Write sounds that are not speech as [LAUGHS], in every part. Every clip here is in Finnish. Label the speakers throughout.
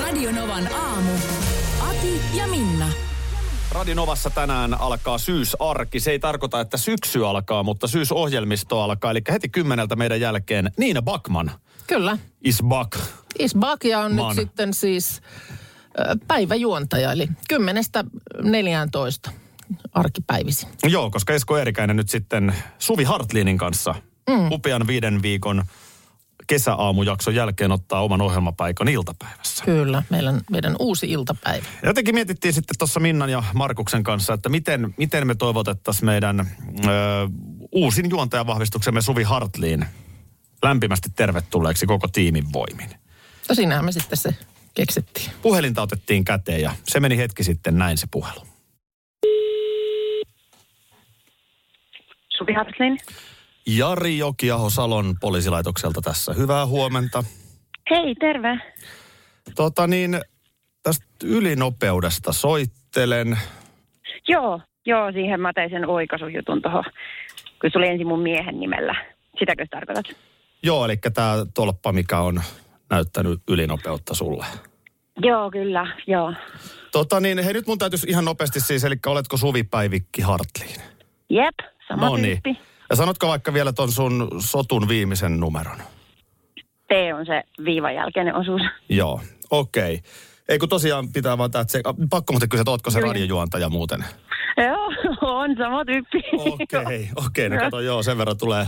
Speaker 1: Radionovan aamu. Ati ja Minna.
Speaker 2: Radinovassa tänään alkaa syysarki. Se ei tarkoita, että syksy alkaa, mutta syysohjelmisto alkaa. Eli heti kymmeneltä meidän jälkeen Niina Bakman
Speaker 3: Kyllä.
Speaker 2: is back.
Speaker 3: Isbakia on
Speaker 2: Man.
Speaker 3: nyt sitten siis ö, päiväjuontaja, eli 10-14 arkipäivisin.
Speaker 2: Joo, koska Esko Eerikäinen nyt sitten Suvi Hartlinin kanssa mm. upean viiden viikon kesäaamujakson jälkeen ottaa oman ohjelmapaikan iltapäivässä.
Speaker 3: Kyllä, meillä on meidän uusi iltapäivä.
Speaker 2: Jotenkin mietittiin sitten tuossa Minnan ja Markuksen kanssa, että miten, miten me toivotettaisiin meidän ö, uusin juontajavahvistuksemme Suvi Hartliin lämpimästi tervetulleeksi koko tiimin voimin.
Speaker 3: No siinähän me sitten se keksittiin.
Speaker 2: Puhelinta otettiin käteen ja se meni hetki sitten näin se puhelu.
Speaker 4: Suvi Hartlin.
Speaker 2: Jari Jokiaho Salon poliisilaitokselta tässä. Hyvää huomenta.
Speaker 4: Hei, terve.
Speaker 2: Tota niin, tästä ylinopeudesta soittelen.
Speaker 4: Joo, joo, siihen mä tein sen oikaisujutun tuohon, kun se oli ensin mun miehen nimellä. Sitäkö sä tarkoitat?
Speaker 2: Joo, eli tämä tolppa, mikä on näyttänyt ylinopeutta sulle.
Speaker 4: Joo, kyllä, joo.
Speaker 2: Tota niin, hei nyt mun täytyisi ihan nopeasti siis, eli oletko Suvi Päivikki Hartliin?
Speaker 4: Jep, sama
Speaker 2: Noniin.
Speaker 4: tyyppi.
Speaker 2: Ja sanotko vaikka vielä ton sun sotun viimeisen numeron?
Speaker 4: T on se viivan jälkeinen osuus.
Speaker 2: Joo, okei. Okay. Ei kun tosiaan pitää vaan tää, että se, a, pakko muuten kysyä, että ootko se
Speaker 4: Joo, joo.
Speaker 2: radiojuontaja muuten?
Speaker 4: [LAUGHS] joo, on sama tyyppi.
Speaker 2: Okei,
Speaker 4: Joo.
Speaker 2: okei. no kato, joo, sen verran tulee,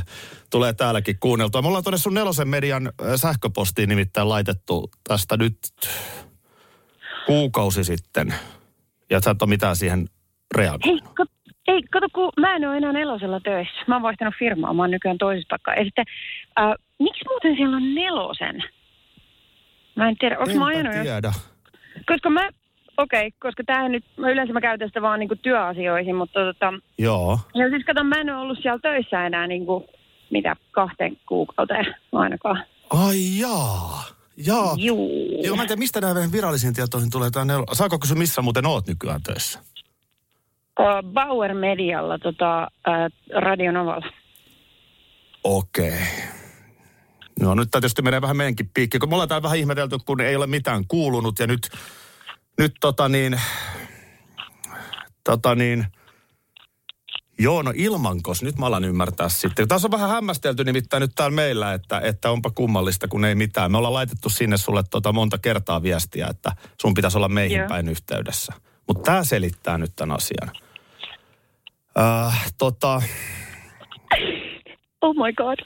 Speaker 2: tulee täälläkin kuunneltua. Me ollaan tuonne sun nelosen median äh, sähköpostiin nimittäin laitettu tästä nyt kuukausi sitten. Ja sä et ole mitään siihen reagoinut.
Speaker 4: [LAUGHS] Hei, kato, ei, kato, kun mä en ole enää nelosella töissä. Mä oon vaihtanut firmaa, mä oon nykyään toisessa paikkaa. Ja sitten, äh, miksi muuten siellä on nelosen? Mä en tiedä, onko mä ajanut jo
Speaker 2: tiedä.
Speaker 4: Koska mä, okei, okay, koska tämähän nyt, mä yleensä mä käytän sitä vaan niinku työasioihin, mutta tota,
Speaker 2: Joo.
Speaker 4: ja siis kato, mä en ole ollut siellä töissä enää niinku, mitä, kahteen kuukauteen ainakaan.
Speaker 2: Ai jaa. Jaa.
Speaker 4: Juu.
Speaker 2: Joo, mä en tiedä, mistä nämä virallisiin tietoihin tulee tämä nel... Saako kysyä, missä muuten oot nykyään töissä?
Speaker 4: Ö, Bauer Medialla, tota, ää, Radionovalla.
Speaker 2: Okei. Okay. No nyt tää tietysti menee vähän meidänkin piikkiin, kun me ollaan täällä vähän ihmetelty, kun ei ole mitään kuulunut ja nyt, nyt tota niin, tota niin, joo no ilmankos, nyt mä alan ymmärtää sitten. Tässä on vähän hämmästelty nimittäin nyt täällä meillä, että, että onpa kummallista, kun ei mitään. Me ollaan laitettu sinne sulle tota monta kertaa viestiä, että sun pitäisi olla meihin
Speaker 4: Joo.
Speaker 2: päin yhteydessä. Mutta tämä selittää nyt tämän asian. Äh, tota,
Speaker 4: Oh my god.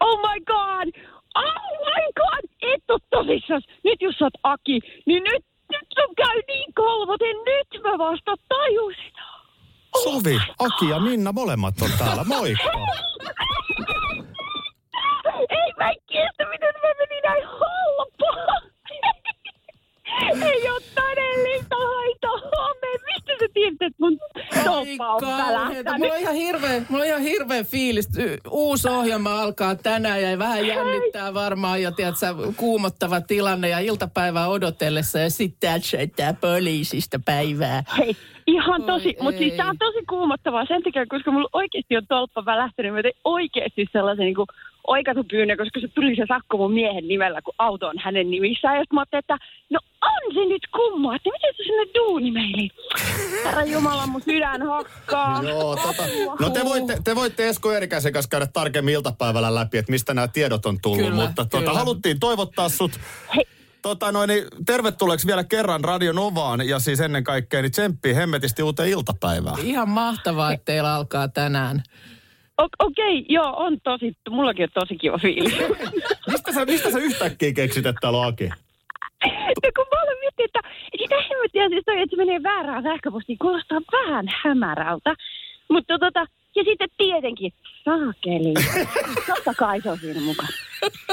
Speaker 4: Oh my god. Oh my god. Et oo tosissas. Nyt jos sä oot Aki, niin nyt, nyt sun käy niin kalvoten. Nyt mä vasta tajusin.
Speaker 2: Suvi, Aki ja Minna molemmat on täällä. Moikka.
Speaker 4: Ei mä en kestä, miten mä menin näin halpaa. Ei oo todellista haittaa hommeen. Mistä sä tiedät, että mun toppa on
Speaker 3: Mulla on
Speaker 4: välähtänyt?
Speaker 3: ihan hirveä, mulla on ihan hirveä fiilis. Y- Uusi ohjelma alkaa tänään ja vähän jännittää varmaan jo, tiedätkö, kuumottava tilanne ja iltapäivää odotellessa ja sitten täältä soittaa poliisista päivää.
Speaker 4: Hei, ihan
Speaker 3: Oi
Speaker 4: tosi, mutta siis
Speaker 3: ei.
Speaker 4: tää on tosi kuumottavaa sen takia, koska mulla oikeesti on tolppa välähtänyt. Mä tein oikeesti sellaisen niinku oikaisupyynnön, koska se tuli se sakko mun miehen nimellä, kun auto on hänen nimissään. Ja sit mä ajattelin, että no on se nyt kumma, että miten se sinne duuni meili? Herra Jumala, mun sydän hakkaa.
Speaker 2: Joo, tota. No te voitte, te voitte Esko Eerikäisen kanssa käydä tarkemmin iltapäivällä läpi, että mistä nämä tiedot on tullut.
Speaker 3: Kyllä,
Speaker 2: Mutta tota,
Speaker 3: kyllä.
Speaker 2: haluttiin toivottaa sut
Speaker 4: Hei.
Speaker 2: tota, noin, niin, tervetulleeksi vielä kerran Radio Novaan ja siis ennen kaikkea niin tsemppiä hemmetisti uuteen iltapäivään.
Speaker 3: Ihan mahtavaa, että teillä alkaa tänään.
Speaker 4: O- Okei, joo, on tosi, mullakin on tosi kiva fiilis.
Speaker 2: Mistä sä, mistä sä yhtäkkiä keksit, että täällä on Aki?
Speaker 4: no kun mä olen miettinyt, että sitä hemmettiä siis toi, että se menee väärään sähköpostiin, kuulostaa vähän hämärältä. tota, Mutta tota, ja sitten tietenkin, saakeli, totta kai se on siinä mukaan.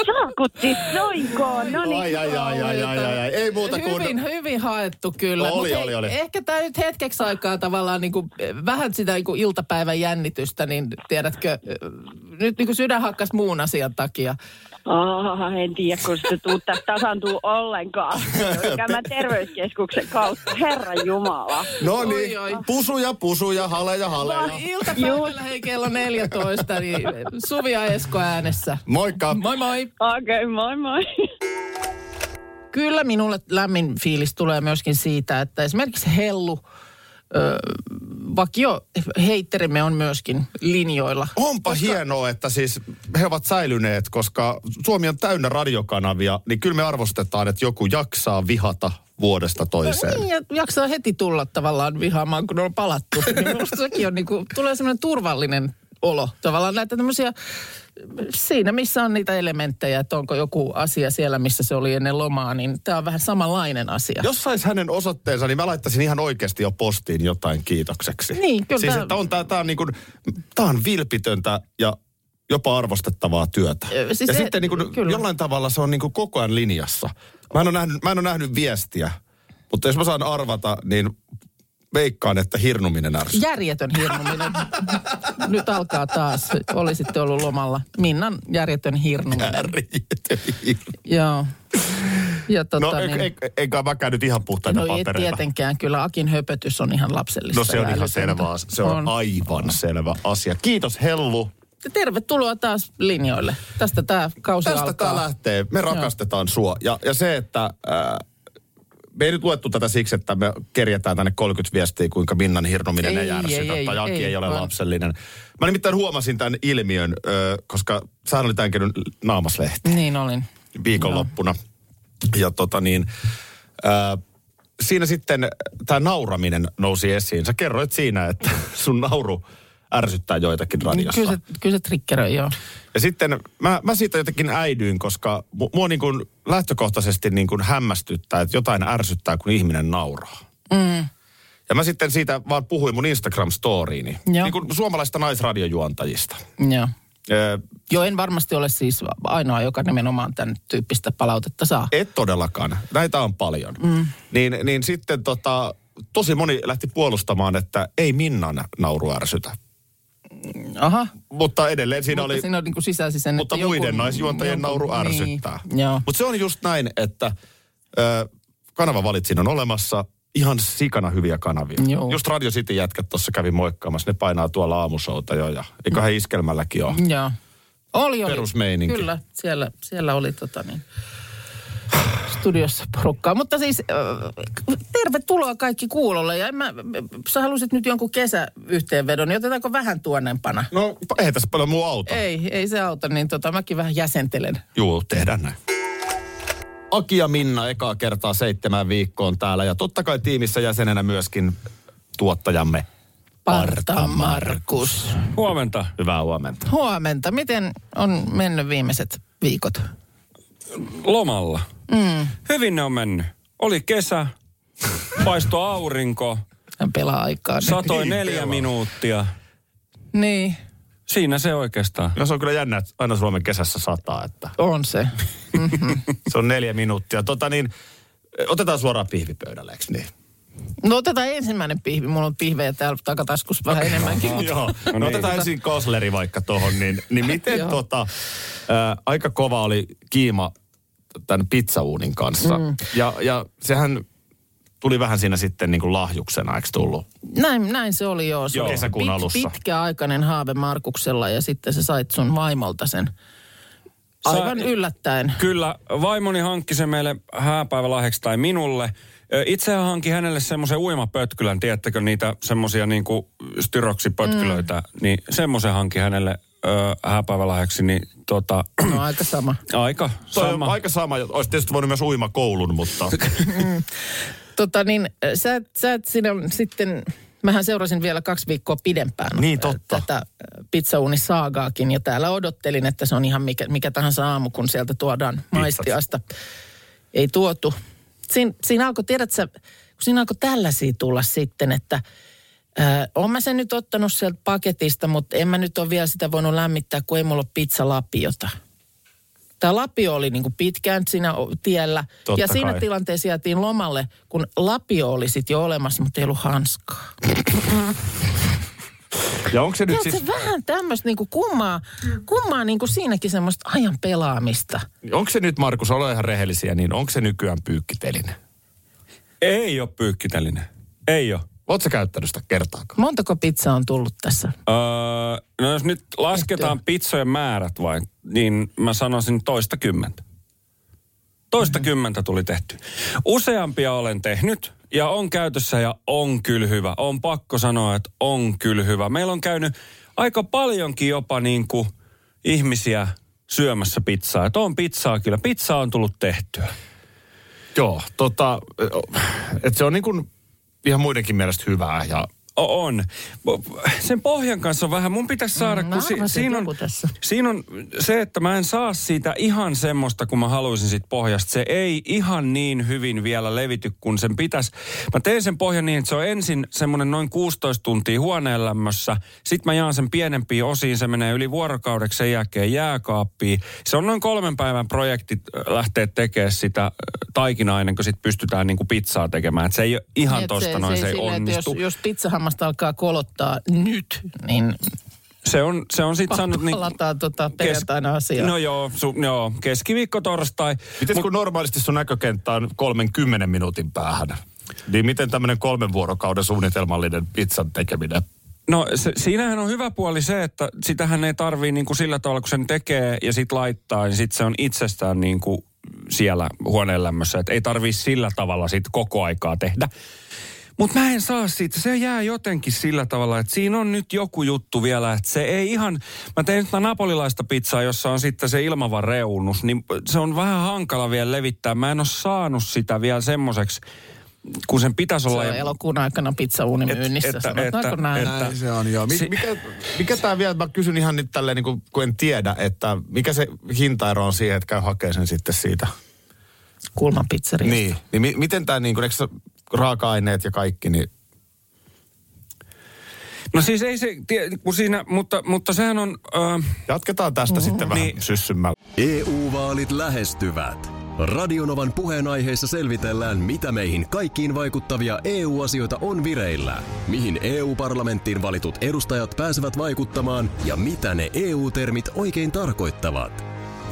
Speaker 4: Salkutti, soinkoon, no niin.
Speaker 2: Ai, ai, ai, ai, ai, ai, ai. Ei muuta kuin...
Speaker 3: Hyvin, hyvin haettu kyllä.
Speaker 2: Oli,
Speaker 3: Mut
Speaker 2: oli,
Speaker 3: ei-
Speaker 2: oli.
Speaker 3: Ehkä tämä nyt hetkeksi aikaa tavallaan niinku, eh, vähän sitä niinku iltapäivän jännitystä, niin tiedätkö, eh, nyt niinku sydän hakkas muun asian takia.
Speaker 4: Oh, en tiedä, kun se tuu tästä tasantuu ollenkaan. Käymään terveyskeskuksen kautta, Herra Jumala.
Speaker 2: No
Speaker 3: Oi,
Speaker 2: niin,
Speaker 3: oi.
Speaker 2: pusuja, pusuja, haleja, haleja.
Speaker 3: Vaan iltapäivällä hei kello 14, niin Suvi ja Esko äänessä.
Speaker 2: Moikka.
Speaker 3: Moi moi!
Speaker 4: Okei, okay, moi moi.
Speaker 3: Kyllä minulle lämmin fiilis tulee myöskin siitä, että esimerkiksi hellu, ö, vakio heitterimme on myöskin linjoilla.
Speaker 2: Onpa hienoa, että siis he ovat säilyneet, koska Suomi on täynnä radiokanavia, niin kyllä me arvostetaan, että joku jaksaa vihata vuodesta toiseen.
Speaker 3: Niin, ja jaksaa heti tulla tavallaan vihaamaan, kun on palattu. Niin Minusta sekin on niinku, tulee semmoinen turvallinen olo. Tavallaan näitä tämmöisiä, siinä missä on niitä elementtejä, että onko joku asia siellä, missä se oli ennen lomaa, niin tämä on vähän samanlainen asia.
Speaker 2: Jos sais hänen osoitteensa, niin mä laittaisin ihan oikeasti jo postiin jotain kiitokseksi.
Speaker 3: Niin, kyllä
Speaker 2: Siis
Speaker 3: tää-
Speaker 2: että on tää, tää on niin kuin, tää on vilpitöntä ja jopa arvostettavaa työtä.
Speaker 3: Ö, siis
Speaker 2: ja
Speaker 3: se-
Speaker 2: sitten niin kuin,
Speaker 3: kyllä.
Speaker 2: jollain tavalla se on niin kuin koko ajan linjassa. Mä en ole nähnyt, mä en ole nähnyt viestiä, mutta jos mä saan arvata, niin veikkaan, että hirnuminen ärsyttää.
Speaker 3: Järjetön hirnuminen. Nyt alkaa taas. Olisitte ollut lomalla. Minnan järjetön hirnuminen. Joo. Ja tota,
Speaker 2: No ei,
Speaker 3: niin,
Speaker 2: ei, eikä mäkään nyt ihan puhtaita
Speaker 3: no ei
Speaker 2: papereita.
Speaker 3: tietenkään. Kyllä Akin höpötys on ihan lapsellista.
Speaker 2: No se on
Speaker 3: ja
Speaker 2: ihan
Speaker 3: älytöntä.
Speaker 2: selvä asia. Se on aivan selvä asia. Kiitos Hellu.
Speaker 3: Tervetuloa taas linjoille. Tästä tämä kausi
Speaker 2: Tästä
Speaker 3: alkaa.
Speaker 2: tämä lähtee. Me rakastetaan sua. Ja, ja se, että ää, me ei nyt luettu tätä siksi, että me kerjätään tänne 30 viestiä, kuinka Minnan hirnominen
Speaker 3: Ei,
Speaker 2: ei, järsytä
Speaker 3: ei, ei,
Speaker 2: tai Aki ei,
Speaker 3: ei,
Speaker 2: ole
Speaker 3: vaan-
Speaker 2: lapsellinen. Mä nimittäin huomasin tämän ilmiön, ö, koska sähän oli tämän kerran naamaslehti.
Speaker 3: Niin olin.
Speaker 2: viikonloppuna. Ja tota niin, ää, siinä sitten tämä nauraminen nousi esiin. Sä kerroit siinä, että [LAUGHS] sun nauru ärsyttää joitakin
Speaker 3: Niin
Speaker 2: radiossa.
Speaker 3: Kyllä se, kyllä se triggeröi, joo.
Speaker 2: Ja sitten mä, mä siitä jotenkin äidyin, koska mu- mua niin kuin lähtökohtaisesti niin kuin hämmästyttää, että jotain ärsyttää, kun ihminen nauraa. Mm. Ja mä sitten siitä vaan puhuin mun Instagram-storiini.
Speaker 3: Joo.
Speaker 2: Niin kuin suomalaista naisradiojuontajista.
Speaker 3: joo.
Speaker 2: Ää,
Speaker 3: Joo, en varmasti ole siis ainoa, joka nimenomaan tämän tyyppistä palautetta saa.
Speaker 2: Et todellakaan. Näitä on paljon. Mm. Niin, niin sitten tota, tosi moni lähti puolustamaan, että ei Minnan nauru ärsytä.
Speaker 3: Aha,
Speaker 2: Mutta edelleen siinä
Speaker 3: mutta
Speaker 2: oli,
Speaker 3: siinä on niin kuin sisäsi sen,
Speaker 2: mutta
Speaker 3: että
Speaker 2: muiden
Speaker 3: joku,
Speaker 2: naisjuontajien nauru ärsyttää.
Speaker 3: Niin, joo.
Speaker 2: Mutta se on just näin, että ö, kanava valitsin on olemassa ihan sikana hyviä kanavia.
Speaker 3: Joo.
Speaker 2: Just Radio City jätkät tuossa kävi moikkaamassa, ne painaa tuolla aamushouta jo ja eiköhän iskelmälläkin ole.
Speaker 3: Joo. Oli, oli.
Speaker 2: Perusmeininki.
Speaker 3: Kyllä, siellä, siellä oli tota niin, studiossa porukkaa. Mutta siis äh, tervetuloa kaikki kuulolle. Ja en mä, sä halusit nyt jonkun kesäyhteenvedon, niin otetaanko vähän tuonnempana?
Speaker 2: No ei tässä paljon muu auta.
Speaker 3: Ei, ei se auta, niin tota, mäkin vähän jäsentelen.
Speaker 2: Juu, tehdään näin. Aki ja Minna ekaa kertaa seitsemän viikkoon täällä ja totta kai tiimissä jäsenenä myöskin tuottajamme.
Speaker 3: Parta Markus.
Speaker 5: Huomenta.
Speaker 2: Hyvää huomenta.
Speaker 3: Huomenta. Miten on mennyt viimeiset viikot?
Speaker 5: Lomalla. Mm. Hyvin ne on mennyt. Oli kesä, paisto aurinko,
Speaker 3: Hän pelaa aikaa. Niin.
Speaker 5: satoi neljä minuuttia.
Speaker 3: niin,
Speaker 5: Siinä se oikeastaan.
Speaker 2: No se on kyllä jännä, että aina Suomen kesässä sataa, että
Speaker 3: on se.
Speaker 2: se on neljä minuuttia. Tota niin, otetaan suoraan pihvipöydälle, eikö niin?
Speaker 3: No otetaan ensimmäinen pihvi. Mulla on pihvejä täällä takataskussa vähän enemmänkin. mutta-
Speaker 2: Joo,
Speaker 5: No
Speaker 2: no
Speaker 5: niin.
Speaker 2: otetaan ensin Kosleri vaikka tohon, niin, niin miten
Speaker 3: Joo.
Speaker 2: tota, ää, aika kova oli kiima tämän pizzauunin kanssa. Mm. Ja, ja sehän tuli vähän siinä sitten niin kuin lahjuksena, eikö tullut?
Speaker 3: Näin, näin se oli joo. Se
Speaker 2: Joo,
Speaker 3: oli
Speaker 2: kesäkuun alussa.
Speaker 3: Pitkäaikainen haave Markuksella ja sitten sä sait sun vaimolta sen. Aivan
Speaker 5: Sai-
Speaker 3: yllättäen.
Speaker 5: Kyllä, vaimoni hankki sen meille hääpäivälahjaksi tai minulle. Ö, Itsehän hankin hänelle semmoisen uimapötkylän, tiedättekö niitä semmoisia niinku styroksipötkylöitä, mm. niin semmoisen hankin hänelle ö, hääpäivälahjaksi, niin tota, [CLEARS THROAT]
Speaker 3: No aika sama.
Speaker 5: aika
Speaker 2: Toi on
Speaker 5: sama.
Speaker 2: aika sama. Olisi tietysti voinut myös uimakoulun, mutta
Speaker 3: Tota niin, äh, sä, et- sä et sinä sitten... Mähän seurasin vielä kaksi viikkoa pidempään
Speaker 2: Niin,
Speaker 3: äh,
Speaker 2: totta.
Speaker 3: tätä äh, pizzauunisaagaakin ja täällä odottelin, että se on ihan mikä, mikä tahansa aamu, kun sieltä tuodaan maistiasta. Ei tuotu. Siin, siinä alkoi, tiedätkö, kun siinä alkoi tällaisia tulla sitten, että äh, oon mä sen nyt ottanut sieltä paketista, mutta en mä nyt ole vielä sitä voinut lämmittää, kun ei mulla ole pizzalapiota. Tämä Lapio oli niin kuin pitkään siinä o- tiellä.
Speaker 2: Totta
Speaker 3: ja siinä
Speaker 2: kai.
Speaker 3: tilanteessa jäätiin lomalle, kun Lapio oli sitten jo olemassa, mutta ei ollut hanskaa.
Speaker 2: [LAUGHS] Ja onko se nyt
Speaker 3: Tiedätkö,
Speaker 2: siis,
Speaker 3: siis... vähän tämmöistä niinku kummaa, kummaa niinku siinäkin semmoista ajan pelaamista.
Speaker 2: onko se nyt Markus, ole ihan rehellisiä, niin onko se nykyään pyykkiteline?
Speaker 5: Ei ole pyykkiteline. Ei ole.
Speaker 2: Oletko sä käyttänyt sitä kertaakaan?
Speaker 3: Montako pizza on tullut tässä?
Speaker 5: Öö, no jos nyt lasketaan
Speaker 3: Tehtyä.
Speaker 5: pizzojen määrät vain, niin mä sanoisin toista kymmentä. Toista kymmentä tuli tehty. Useampia olen tehnyt ja on käytössä ja on kyllä hyvä. On pakko sanoa, että on kyllä hyvä. Meillä on käynyt aika paljonkin jopa niin kuin ihmisiä syömässä pizzaa. Että on pizzaa kyllä. Pizzaa on tullut tehtyä.
Speaker 2: Joo, tota, että se on niin kuin ihan muidenkin mielestä hyvää ja
Speaker 5: O- On. Mo- Sen pohjan kanssa on vähän, mun pitäisi saada,
Speaker 3: Mm,
Speaker 5: mm,
Speaker 3: mä
Speaker 5: kun si-
Speaker 3: arvasin,
Speaker 5: siinä,
Speaker 3: että
Speaker 5: on,
Speaker 3: joku tässä.
Speaker 5: siinä on se, että mä en saa siitä ihan semmoista, kun mä haluaisin siitä pohjasta. Se ei ihan niin hyvin vielä levity, kun sen pitäisi. Mä teen sen pohjan niin, että se on ensin semmoinen noin 16 tuntia huoneen lämmössä. Sitten mä jaan sen pienempiin osiin, se menee yli vuorokaudeksi sen jälkeen jääkaappiin. Se on noin kolmen päivän projekti äh, lähteä tekemään sitä äh, taikinaa ennen kuin sit pystytään niinku pizzaa tekemään. Et se ei ole ihan
Speaker 3: Niin, Et
Speaker 5: tosta noin, se, ei
Speaker 3: silleen, että
Speaker 5: onnistu.
Speaker 3: Jos, jos pizzahammasta alkaa kolottaa nyt, niin
Speaker 5: Se on, se on
Speaker 3: [LAUGHS]
Speaker 5: sit
Speaker 3: pakko
Speaker 5: sanonut...
Speaker 3: niin, palataan tota perjantaina asiaan.
Speaker 5: No joo, su, joo, keskiviikko, torstai.
Speaker 2: Miten kun normaalisti sun näkökenttä on 30 minuutin päähän, niin miten tämmöinen kolmen vuorokauden suunnitelmallinen pizzan tekeminen?
Speaker 5: No se, siinähän on hyvä puoli se, että sitähän ei tarvii niin kuin sillä tavalla, kun sen tekee ja sit laittaa, niin sit se on itsestään niin kuin siellä huoneen lämmössä. Et ei tarvii sillä tavalla sit koko aikaa tehdä. Mutta mä en saa siitä. Se jää jotenkin sillä tavalla, että siinä on nyt joku juttu vielä, että se ei ihan... Mä tein nyt napolilaista pizzaa, jossa on sitten se ilmava reunus, niin se on vähän hankala vielä levittää. Mä en ole saanut sitä vielä semmoiseksi, kun sen pitäisi
Speaker 3: Se
Speaker 5: olla...
Speaker 3: on elokuun aikana pizzauni
Speaker 5: Et-
Speaker 3: myynnissä,
Speaker 5: että-
Speaker 3: sanotaanko
Speaker 5: että-
Speaker 3: näin?
Speaker 5: että-
Speaker 2: Näin se on, joo. Mi-
Speaker 5: Si-
Speaker 2: mikä, mikä tämä vielä, mä kysyn ihan nyt tälleen, niin kuin, kun en tiedä, että mikä se hintaero on siihen, että käy hakemaan sen sitten siitä.
Speaker 3: Kulmapizzeriasta.
Speaker 2: Niin, niin mi- miten tämä, niin kuin, eikö se raaka-aineet ja kaikki, niin
Speaker 5: No siis ei se, tie- kun siinä, mutta, mutta sehän on, äh,
Speaker 2: jatketaan tästä sitten vähän
Speaker 5: Niin.
Speaker 2: syssymällä.
Speaker 6: EU-vaalit E lähestyvät. Radionovan puheenaiheessa selvitellään, mitä meihin kaikkiin vaikuttavia EU-asioita on vireillä, mihin EU-parlamenttiin valitut edustajat pääsevät vaikuttamaan ja mitä ne EU-termit oikein tarkoittavat.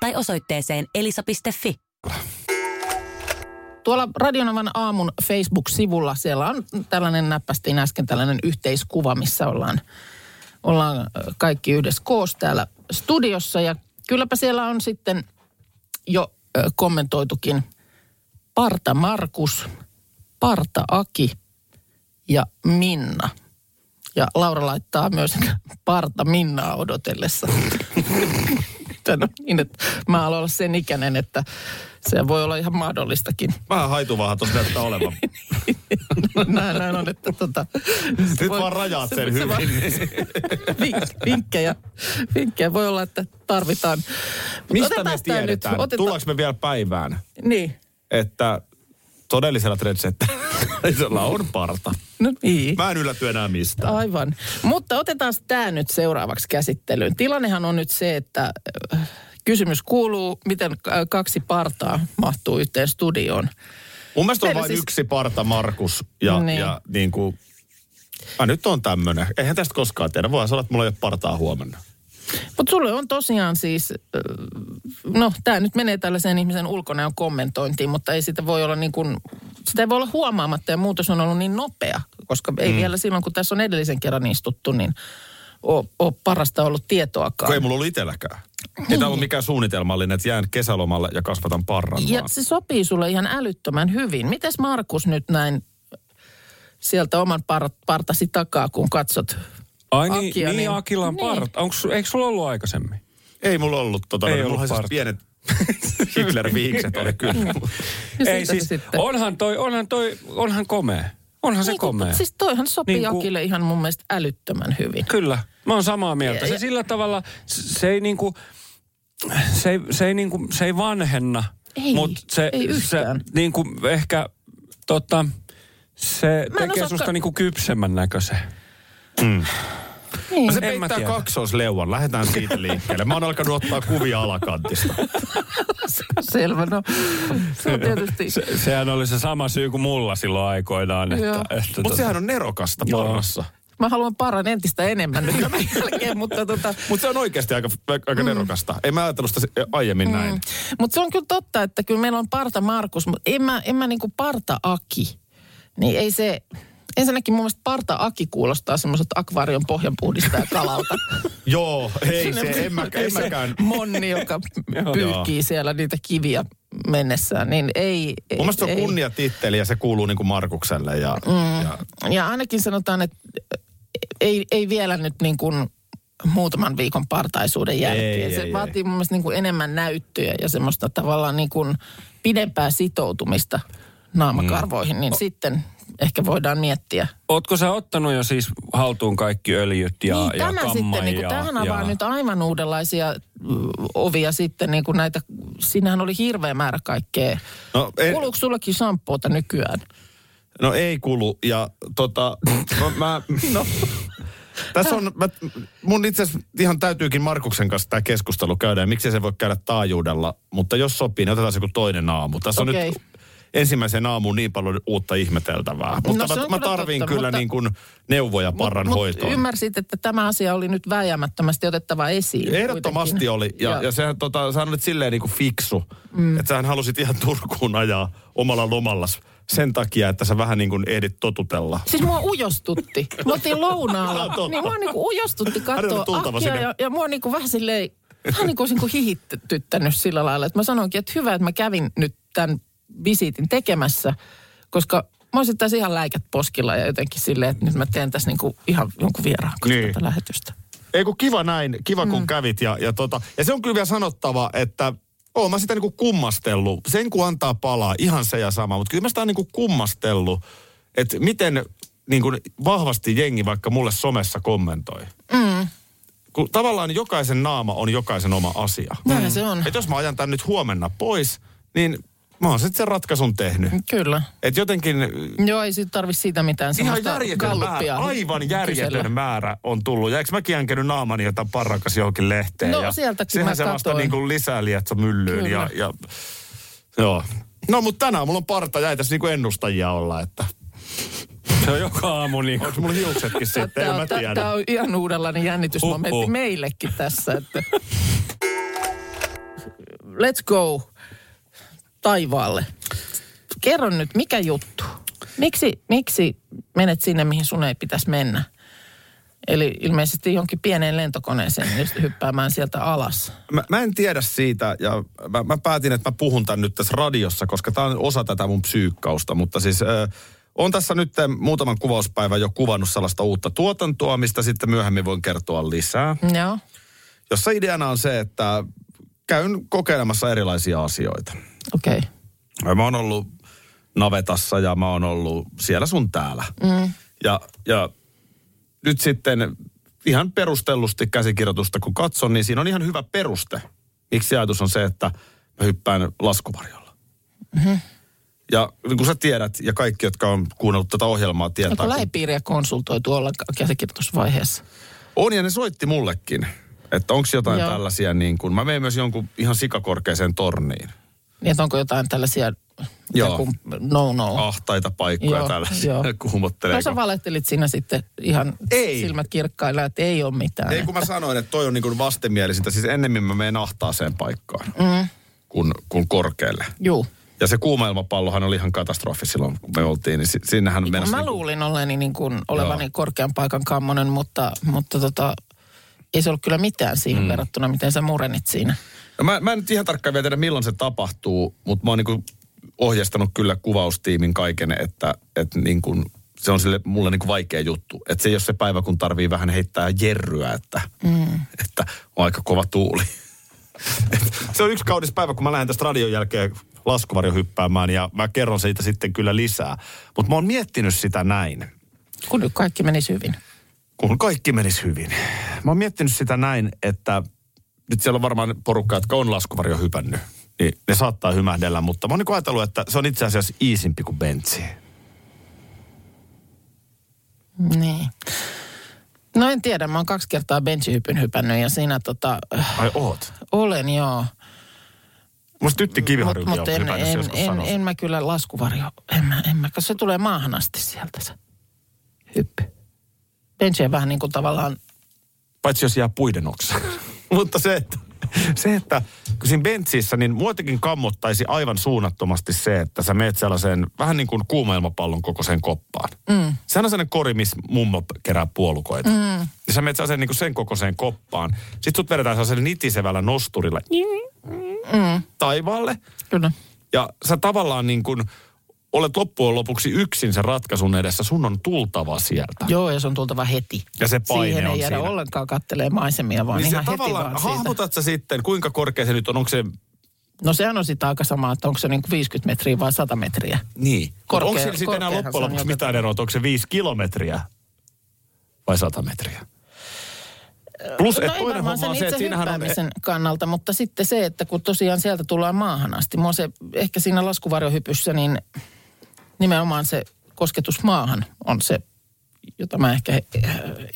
Speaker 1: tai osoitteeseen elisa.fi.
Speaker 3: Tuolla Radionavan aamun Facebook-sivulla siellä on tällainen näppästiin äsken tällainen yhteiskuva, missä ollaan, ollaan ö, kaikki yhdessä koos täällä studiossa. Ja kylläpä siellä on sitten jo ö, kommentoitukin Parta Markus, Parta Aki ja Minna. Ja Laura laittaa myös Parta Minnaa odotellessa. [LAUGHS] Tän on niin, että mä aloin olla sen ikäinen, että se voi olla ihan mahdollistakin.
Speaker 2: Vähän haituvaa tuossa näyttää olevan. [LAUGHS]
Speaker 3: [LAUGHS] näin, näin on, että tota...
Speaker 2: Nyt vaan rajaat sen
Speaker 3: se vaan-
Speaker 2: hyvin. [LAUGHS]
Speaker 3: Vink- vinkkejä, vinkkejä voi olla, että tarvitaan. Mut
Speaker 2: Mistä me
Speaker 3: otetaas tää
Speaker 2: tiedetään?
Speaker 3: Nyt, oteta,
Speaker 2: Tullaanko me vielä päivään?
Speaker 3: Niin,
Speaker 2: että todellisella [LAUGHS] trendsetterillä on parta.
Speaker 3: no niin.
Speaker 2: Mä en ylläty enää mistään.
Speaker 3: Aivan. Mutta otetaan tämä nyt seuraavaksi käsittelyyn. Tilannehan on nyt se, että äh, kysymys kuuluu, miten äh, kaksi partaa mahtuu yhteen studioon.
Speaker 2: Mun mielestä on
Speaker 3: Meillä
Speaker 2: vain
Speaker 3: siis-
Speaker 2: siis... yksi parta Markus ja,
Speaker 3: Niin.
Speaker 2: niin. ja niin kuin, ah, nyt on tämmönen. Eihän tästä koskaan tiedä. Voihan sanoa, että mulla ei ole partaa huomenna.
Speaker 3: Mutta sulle on tosiaan siis, ö, no tämä nyt menee tällaiseen ihmisen ulkonäön kommentointiin, mutta ei sitä voi olla niin kuin, sitä ei voi olla huomaamatta ja muutos on ollut niin nopea, koska ei vielä silloin, kun tässä on edellisen kerran istuttu, niin o- ole, ole parasta ollut tietoakaan.
Speaker 2: Kun ei mulla ollut itselläkään. Ei tämä ollut mikään suunnitelmallinen, että jään kesälomalle ja kasvatan parran.
Speaker 3: Ja
Speaker 2: vaan.
Speaker 3: se sopii sulle ihan älyttömän hyvin. Mites Markus nyt näin sieltä oman par- partasi takaa, kun katsot?
Speaker 7: Ai niin,
Speaker 3: Akia,
Speaker 7: Akia, niin
Speaker 3: niin-
Speaker 7: Akilan
Speaker 3: Niin.
Speaker 7: niin. parta. Onks, eikö sulla ollut aikaisemmin?
Speaker 2: Ei mulla ollut tota,
Speaker 7: Ei
Speaker 2: ei
Speaker 7: ollut
Speaker 2: mulla siis
Speaker 7: partaa.
Speaker 2: pienet [LAUGHS] Hitler-viikset oli kyllä.
Speaker 3: Ja
Speaker 7: Ei
Speaker 3: siitä
Speaker 7: siis,
Speaker 3: sitten.
Speaker 7: onhan toi, onhan toi, onhan komea.
Speaker 5: No
Speaker 7: Onhan se
Speaker 3: Niin, kun-
Speaker 7: komea.
Speaker 3: Siis toihan sopii niin
Speaker 7: Niin
Speaker 3: kuin...
Speaker 7: kuin-
Speaker 3: Akille ihan mun mielestä älyttömän hyvin.
Speaker 7: Kyllä, mä oon samaa mieltä.
Speaker 3: Ja-
Speaker 7: Se sillä tavalla, s- se ei niinku, se ei, se ei, niinku, se ei vanhenna.
Speaker 3: Ei,
Speaker 7: mut se,
Speaker 3: ei
Speaker 7: se
Speaker 3: yhtään.
Speaker 7: niinku ehkä, tota, se
Speaker 3: en
Speaker 7: tekee
Speaker 3: osaakaan-
Speaker 7: susta niinku kypsemmän näköisen.
Speaker 3: Niin.
Speaker 2: No se
Speaker 7: En mä
Speaker 2: peittää
Speaker 7: tiedä.
Speaker 2: kaksoisleuan. Lähdetään siitä liikkeelle. Mä oon alkanut ottaa kuvia alakantista.
Speaker 3: [LAUGHS] Selvä, no se on
Speaker 5: [LAUGHS]
Speaker 3: tietysti...
Speaker 7: Se, sehän oli se sama syy kuin mulla silloin aikoinaan. Että,
Speaker 3: Joo.
Speaker 7: että, että tota-
Speaker 2: Mutta sehän on nerokasta
Speaker 7: Joo.
Speaker 2: parrassa.
Speaker 3: Mä haluan paran entistä enemmän nyt tämän [LAUGHS] jälkeen, mutta tota...
Speaker 2: Mutta se on oikeasti aika, aika nerokasta. En mä ajatellut sitä se- aiemmin näin.
Speaker 3: Mutta mm. se on kyllä totta, että kyllä meillä on parta Markus, mutta en mä, en mä niinku parta Aki. Niin ei se... Ensinnäkin mun mielestä parta Aki kuulostaa semmoiselta akvaarion pohjanpuhdistaja kalalta.
Speaker 2: Joo, ei se,
Speaker 3: Siinä-
Speaker 2: en, mä, [LAUGHS] en mäkään.
Speaker 3: Monni, joka pyyhkii siellä niitä kiviä mennessään, niin ei... ei
Speaker 2: Mun mielestä se on
Speaker 3: ei.
Speaker 2: kunniatitteli ja se kuuluu niinku Markukselle. Ja, mm. ja,
Speaker 3: Ja ainakin sanotaan, että ei, ei vielä nyt niin kuin muutaman viikon partaisuuden jälkeen.
Speaker 2: Ei,
Speaker 3: se
Speaker 2: ei,
Speaker 3: vaatii mun mielestä niin kuin enemmän näyttöjä ja semmoista tavallaan niin kuin pidempää sitoutumista naamakarvoihin, niin
Speaker 7: Mm.
Speaker 3: sitten ehkä voidaan miettiä.
Speaker 7: Ootko sä ottanut jo siis haltuun kaikki öljyt ja,
Speaker 3: niin,
Speaker 7: ja
Speaker 3: tämä
Speaker 7: kamman
Speaker 3: sitten, niin kuin,
Speaker 7: ja,
Speaker 3: tämähän
Speaker 7: ja...
Speaker 3: avaa nyt aivan uudenlaisia mm, ovia sitten, niin kuin näitä, siinähän oli hirveä määrä kaikkea.
Speaker 2: no, en,
Speaker 3: Kuluuko sullakin samppuota nykyään?
Speaker 2: no ei kulu. Ja tota, no, mä, no. Tässä on, mä, mun itse asiassa ihan täytyykin Markuksen kanssa tämä keskustelu käydä. Ja miksei se voi käydä taajuudella, mutta jos sopii, niin otetaan se kuin toinen aamu. Tässä on
Speaker 3: Okei.
Speaker 2: nyt ensimmäisen aamuun niin paljon uutta ihmeteltävää. Mutta
Speaker 3: se
Speaker 2: no,
Speaker 3: on
Speaker 2: mä, mä
Speaker 3: kyllä
Speaker 2: tarviin
Speaker 3: totta,
Speaker 2: kyllä
Speaker 3: mutta-
Speaker 2: niin kuin neuvoja parran
Speaker 3: Mut- mut
Speaker 2: hoitoon.
Speaker 3: Ymmärsit, että tämä asia oli nyt vääjäämättömästi otettava esiin.
Speaker 2: Ehdottomasti
Speaker 3: kuitenkin.
Speaker 2: oli. Ja, ja. ja sehän, tota, sehän olit silleen niin kuin fiksu, mm. että sähän halusit ihan [LAUGHS] Turkuun ajaa omalla lomallas sen takia, että sä vähän niin kuin ehdit totutella.
Speaker 3: Siis mua
Speaker 2: [LAUGHS]
Speaker 3: ujostutti. Me oltiin
Speaker 2: Tää on
Speaker 3: lounaalla.
Speaker 2: totta.
Speaker 3: Niin mua niinku ujostutti
Speaker 2: Hänellä
Speaker 3: katsoa
Speaker 2: on tultava
Speaker 3: akkia
Speaker 2: sinne.
Speaker 3: ja, ja mua niinku vähän silleen, vähän niinku olisin kuin hihityttänyt sillä lailla. Että mä sanoinkin, että hyvä, että mä kävin nyt tämän visiitin tekemässä, koska mä olisin tässä ihan läikät poskilla ja jotenkin silleen, että nyt mä teen tässä niinku ihan jonkun vieraan kanssa
Speaker 2: Niin.
Speaker 3: tätä lähetystä.
Speaker 2: Ei kun kiva näin, kiva kun mm. kävit. Ja, ja, tota, ja se on kyllä vielä sanottava, että oon mä sitä niin kuin kummastellut. Sen kun antaa palaa, ihan se ja sama. Mutta kyllä mä sitä on niin kuin kummastellut, että miten niin kuin vahvasti jengi vaikka mulle somessa kommentoi. Mm. Kun tavallaan jokaisen naama on jokaisen oma asia. Mm.
Speaker 3: Näin se on.
Speaker 2: Et jos mä ajan tämän nyt huomenna pois, niin mä oon sitten sen ratkaisun tehnyt.
Speaker 3: Kyllä.
Speaker 2: Et jotenkin
Speaker 3: Joo, ei sit tarvi siitä mitään
Speaker 2: ihan
Speaker 3: semmoista
Speaker 2: järjetön määrä,
Speaker 3: galluppia
Speaker 2: aivan järjetön
Speaker 3: kysellä.
Speaker 2: määrä on tullut. Ja eikö mäkin jänkenyt naamani jotain parrakas johonkin lehteen?
Speaker 3: No,
Speaker 2: ja
Speaker 3: sieltäkin
Speaker 2: sehän
Speaker 3: mä
Speaker 2: se vasta
Speaker 3: katoin.
Speaker 2: niin kuin lisää lietso myllyyn. Ja,
Speaker 3: Kyllä.
Speaker 2: ja, joo. No mutta tänään mulla on parta ja ei tässä niin kuin ennustajia olla, että
Speaker 7: Se on joka aamu niin
Speaker 2: onko mulla
Speaker 3: [LAUGHS]
Speaker 2: hiuksetkin sitten, en mä tiedä.
Speaker 3: Tämä on ihan uudenlainen jännitysmomentti
Speaker 7: Huhhuh.
Speaker 3: meillekin tässä. Että. Let's go taivaalle. Kerro nyt, mikä juttu? Miksi, miksi menet sinne, mihin sun ei pitäisi mennä? Eli ilmeisesti jonkin pieneen lentokoneeseen just hyppäämään sieltä alas.
Speaker 2: mä, mä en tiedä siitä ja mä, mä päätin, että mä puhun tämän nyt tässä radiossa, koska tämä on osa tätä mun psyykkausta, mutta siis... Äh, on tässä nyt äh, muutaman kuvauspäivän jo kuvannut sellaista uutta tuotantoa, mistä sitten myöhemmin voin kertoa lisää.
Speaker 3: Joo.
Speaker 2: Jossa ideana on se, että käyn kokeilemassa erilaisia asioita.
Speaker 3: Okei. Okay.
Speaker 2: Mä oon ollut navetassa ja mä oon ollut siellä sun täällä. Mm. Ja, ja nyt sitten ihan perustellusti käsikirjoitusta kun katson, niin siinä on ihan hyvä peruste. Miksi ajatus on se, että mä hyppään laskuvarjolla. Mm-hmm. Ja niin kuin sä tiedät, ja kaikki, jotka on kuunnellut tätä ohjelmaa, tietää.
Speaker 3: Onko
Speaker 2: No kun-
Speaker 3: lähipiiriä konsultoitu ollenkaan käsikirjoitusvaiheessa?
Speaker 2: On ja ne soitti mullekin, että onko jotain
Speaker 3: Joo.
Speaker 2: Joo. tällaisia niin kuin, mä vein myös jonkun ihan sikakorkeeseen torniin.
Speaker 3: Niin, että onko jotain tällaisia
Speaker 2: Joo.
Speaker 3: joku no-no?
Speaker 2: Ahtaita Ah, paikkoja
Speaker 3: Oh. Joo,
Speaker 2: tällaisia, [LAUGHS]
Speaker 3: joo. No
Speaker 2: kuumotteleeko.
Speaker 3: sä valehtelit siinä sitten ihan
Speaker 2: Ei.
Speaker 3: silmät kirkkailla, että ei ole mitään.
Speaker 2: Ei kun mä sanoin, että toi on niin kuin vastenmielisintä, siis ennemmin mä menen ahtaaseen paikkaan
Speaker 3: Mm-hmm.
Speaker 2: mm. kuin, kuin korkealle.
Speaker 3: Juu.
Speaker 2: Ja se kuuma ilmapallohan oli ihan katastrofi silloin, kun me oltiin, niin si- sinnehän mennessä...
Speaker 3: Mä
Speaker 2: niin kuin-
Speaker 3: luulin olleeni niin kuin, olevani korkean paikan kammonen, mutta, mutta tota, ei se ollut kyllä mitään siihen mm. verrattuna, miten sä murenit siinä.
Speaker 5: No mä, mä en nyt ihan tarkkaan vielä tiedä, milloin se tapahtuu, mutta mä oon niin ohjeistanut kyllä kuvaustiimin kaiken, että, että niin kuin, se on sille mulle niin kuin vaikea juttu. Että se ei ole se päivä, kun tarvii vähän heittää jerryä, että, mm. että on aika kova
Speaker 2: [LAUGHS]
Speaker 5: tuuli.
Speaker 2: Se on yksi kaudis päivä, kun mä lähden tästä radion jälkeen laskuvarjo hyppäämään ja mä kerron siitä sitten kyllä lisää. Mutta mä oon miettinyt sitä näin,
Speaker 3: Kun nyt kaikki menisi hyvin.
Speaker 2: kun kaikki menisi hyvin. Mä oon miettinyt sitä näin, että nyt siellä on varmaan porukka, jotka on laskuvarjo hypännyt. Niin ne saattaa hymähdellä, mutta mä oon niin ajatellut, että se on itse asiassa iisimpi kuin bensi.
Speaker 3: Niin. No en tiedä, mä oon kaksi kertaa benchihypyn hypännyt ja siinä tota, äh,
Speaker 2: Ai oot.
Speaker 3: olen joo.
Speaker 2: Musta Tytti Kiviharju
Speaker 3: Mutta
Speaker 2: on
Speaker 3: mut en,
Speaker 2: hypännyt se
Speaker 3: en,
Speaker 2: joskus
Speaker 3: en,
Speaker 2: sanoi sen.
Speaker 3: en, mä kyllä laskuvarjo, en mä, en mä, koska se tulee maahan asti sieltä se hyppy. Benchi on vähän niin kuin tavallaan,
Speaker 2: paitsi jos jää puiden oksaan. [LAUGHS] Mutta se, että, se, että kun siinä bentsissä, niin muotikin kammottaisi aivan suunnattomasti se, että sä meet sellaiseen vähän niin kuin kuumailmapallon kokoiseen koppaan. Mm. Sehän on sellainen kori, missä mummo kerää puolukoita. Mm. Ja sä meet sellaiseen niin kuin sen kokoiseen koppaan. Sitten sut vedetään sellaisella nitisevällä nosturilla mm. taivaalle.
Speaker 3: kyllä.
Speaker 2: Ja sä tavallaan niin kuin olet loppujen lopuksi yksin sen ratkaisun edessä. Sun on tultava sieltä.
Speaker 3: Joo, ja se on tultava heti.
Speaker 2: Ja se paine
Speaker 3: Siihen
Speaker 2: on
Speaker 3: ei jäädä
Speaker 2: siinä.
Speaker 3: ollenkaan kattelee maisemia, vaan
Speaker 2: niin
Speaker 3: ihan
Speaker 2: se
Speaker 3: heti
Speaker 2: tavallaan,
Speaker 3: vaan siitä.
Speaker 2: hahmotat sä sitten, kuinka korkea se nyt on, onko se
Speaker 3: No sehän on sitä aika sama, että onko se niin 50 metriä vai 100 metriä.
Speaker 2: Niin. Korkea,
Speaker 3: Korkea-
Speaker 2: onko siellä sitten enää
Speaker 3: korkeahan se
Speaker 2: loppujen
Speaker 3: on
Speaker 2: lopuksi
Speaker 3: joka-
Speaker 2: mitään eroa, että onko se viisi kilometriä vai sata metriä? Plus,
Speaker 3: no
Speaker 2: että
Speaker 3: ei
Speaker 2: toinen
Speaker 3: varmaan
Speaker 2: homma
Speaker 3: sen
Speaker 2: on se, että
Speaker 3: itse
Speaker 2: siinähän on... e-
Speaker 3: hyppäämisen kannalta, mutta sitten se, että kun tosiaan sieltä tullaan maahan asti, mua se ehkä siinä laskuvarjohypyssä, niin nimenomaan se kosketus maahan on se, jota mä ehkä eh,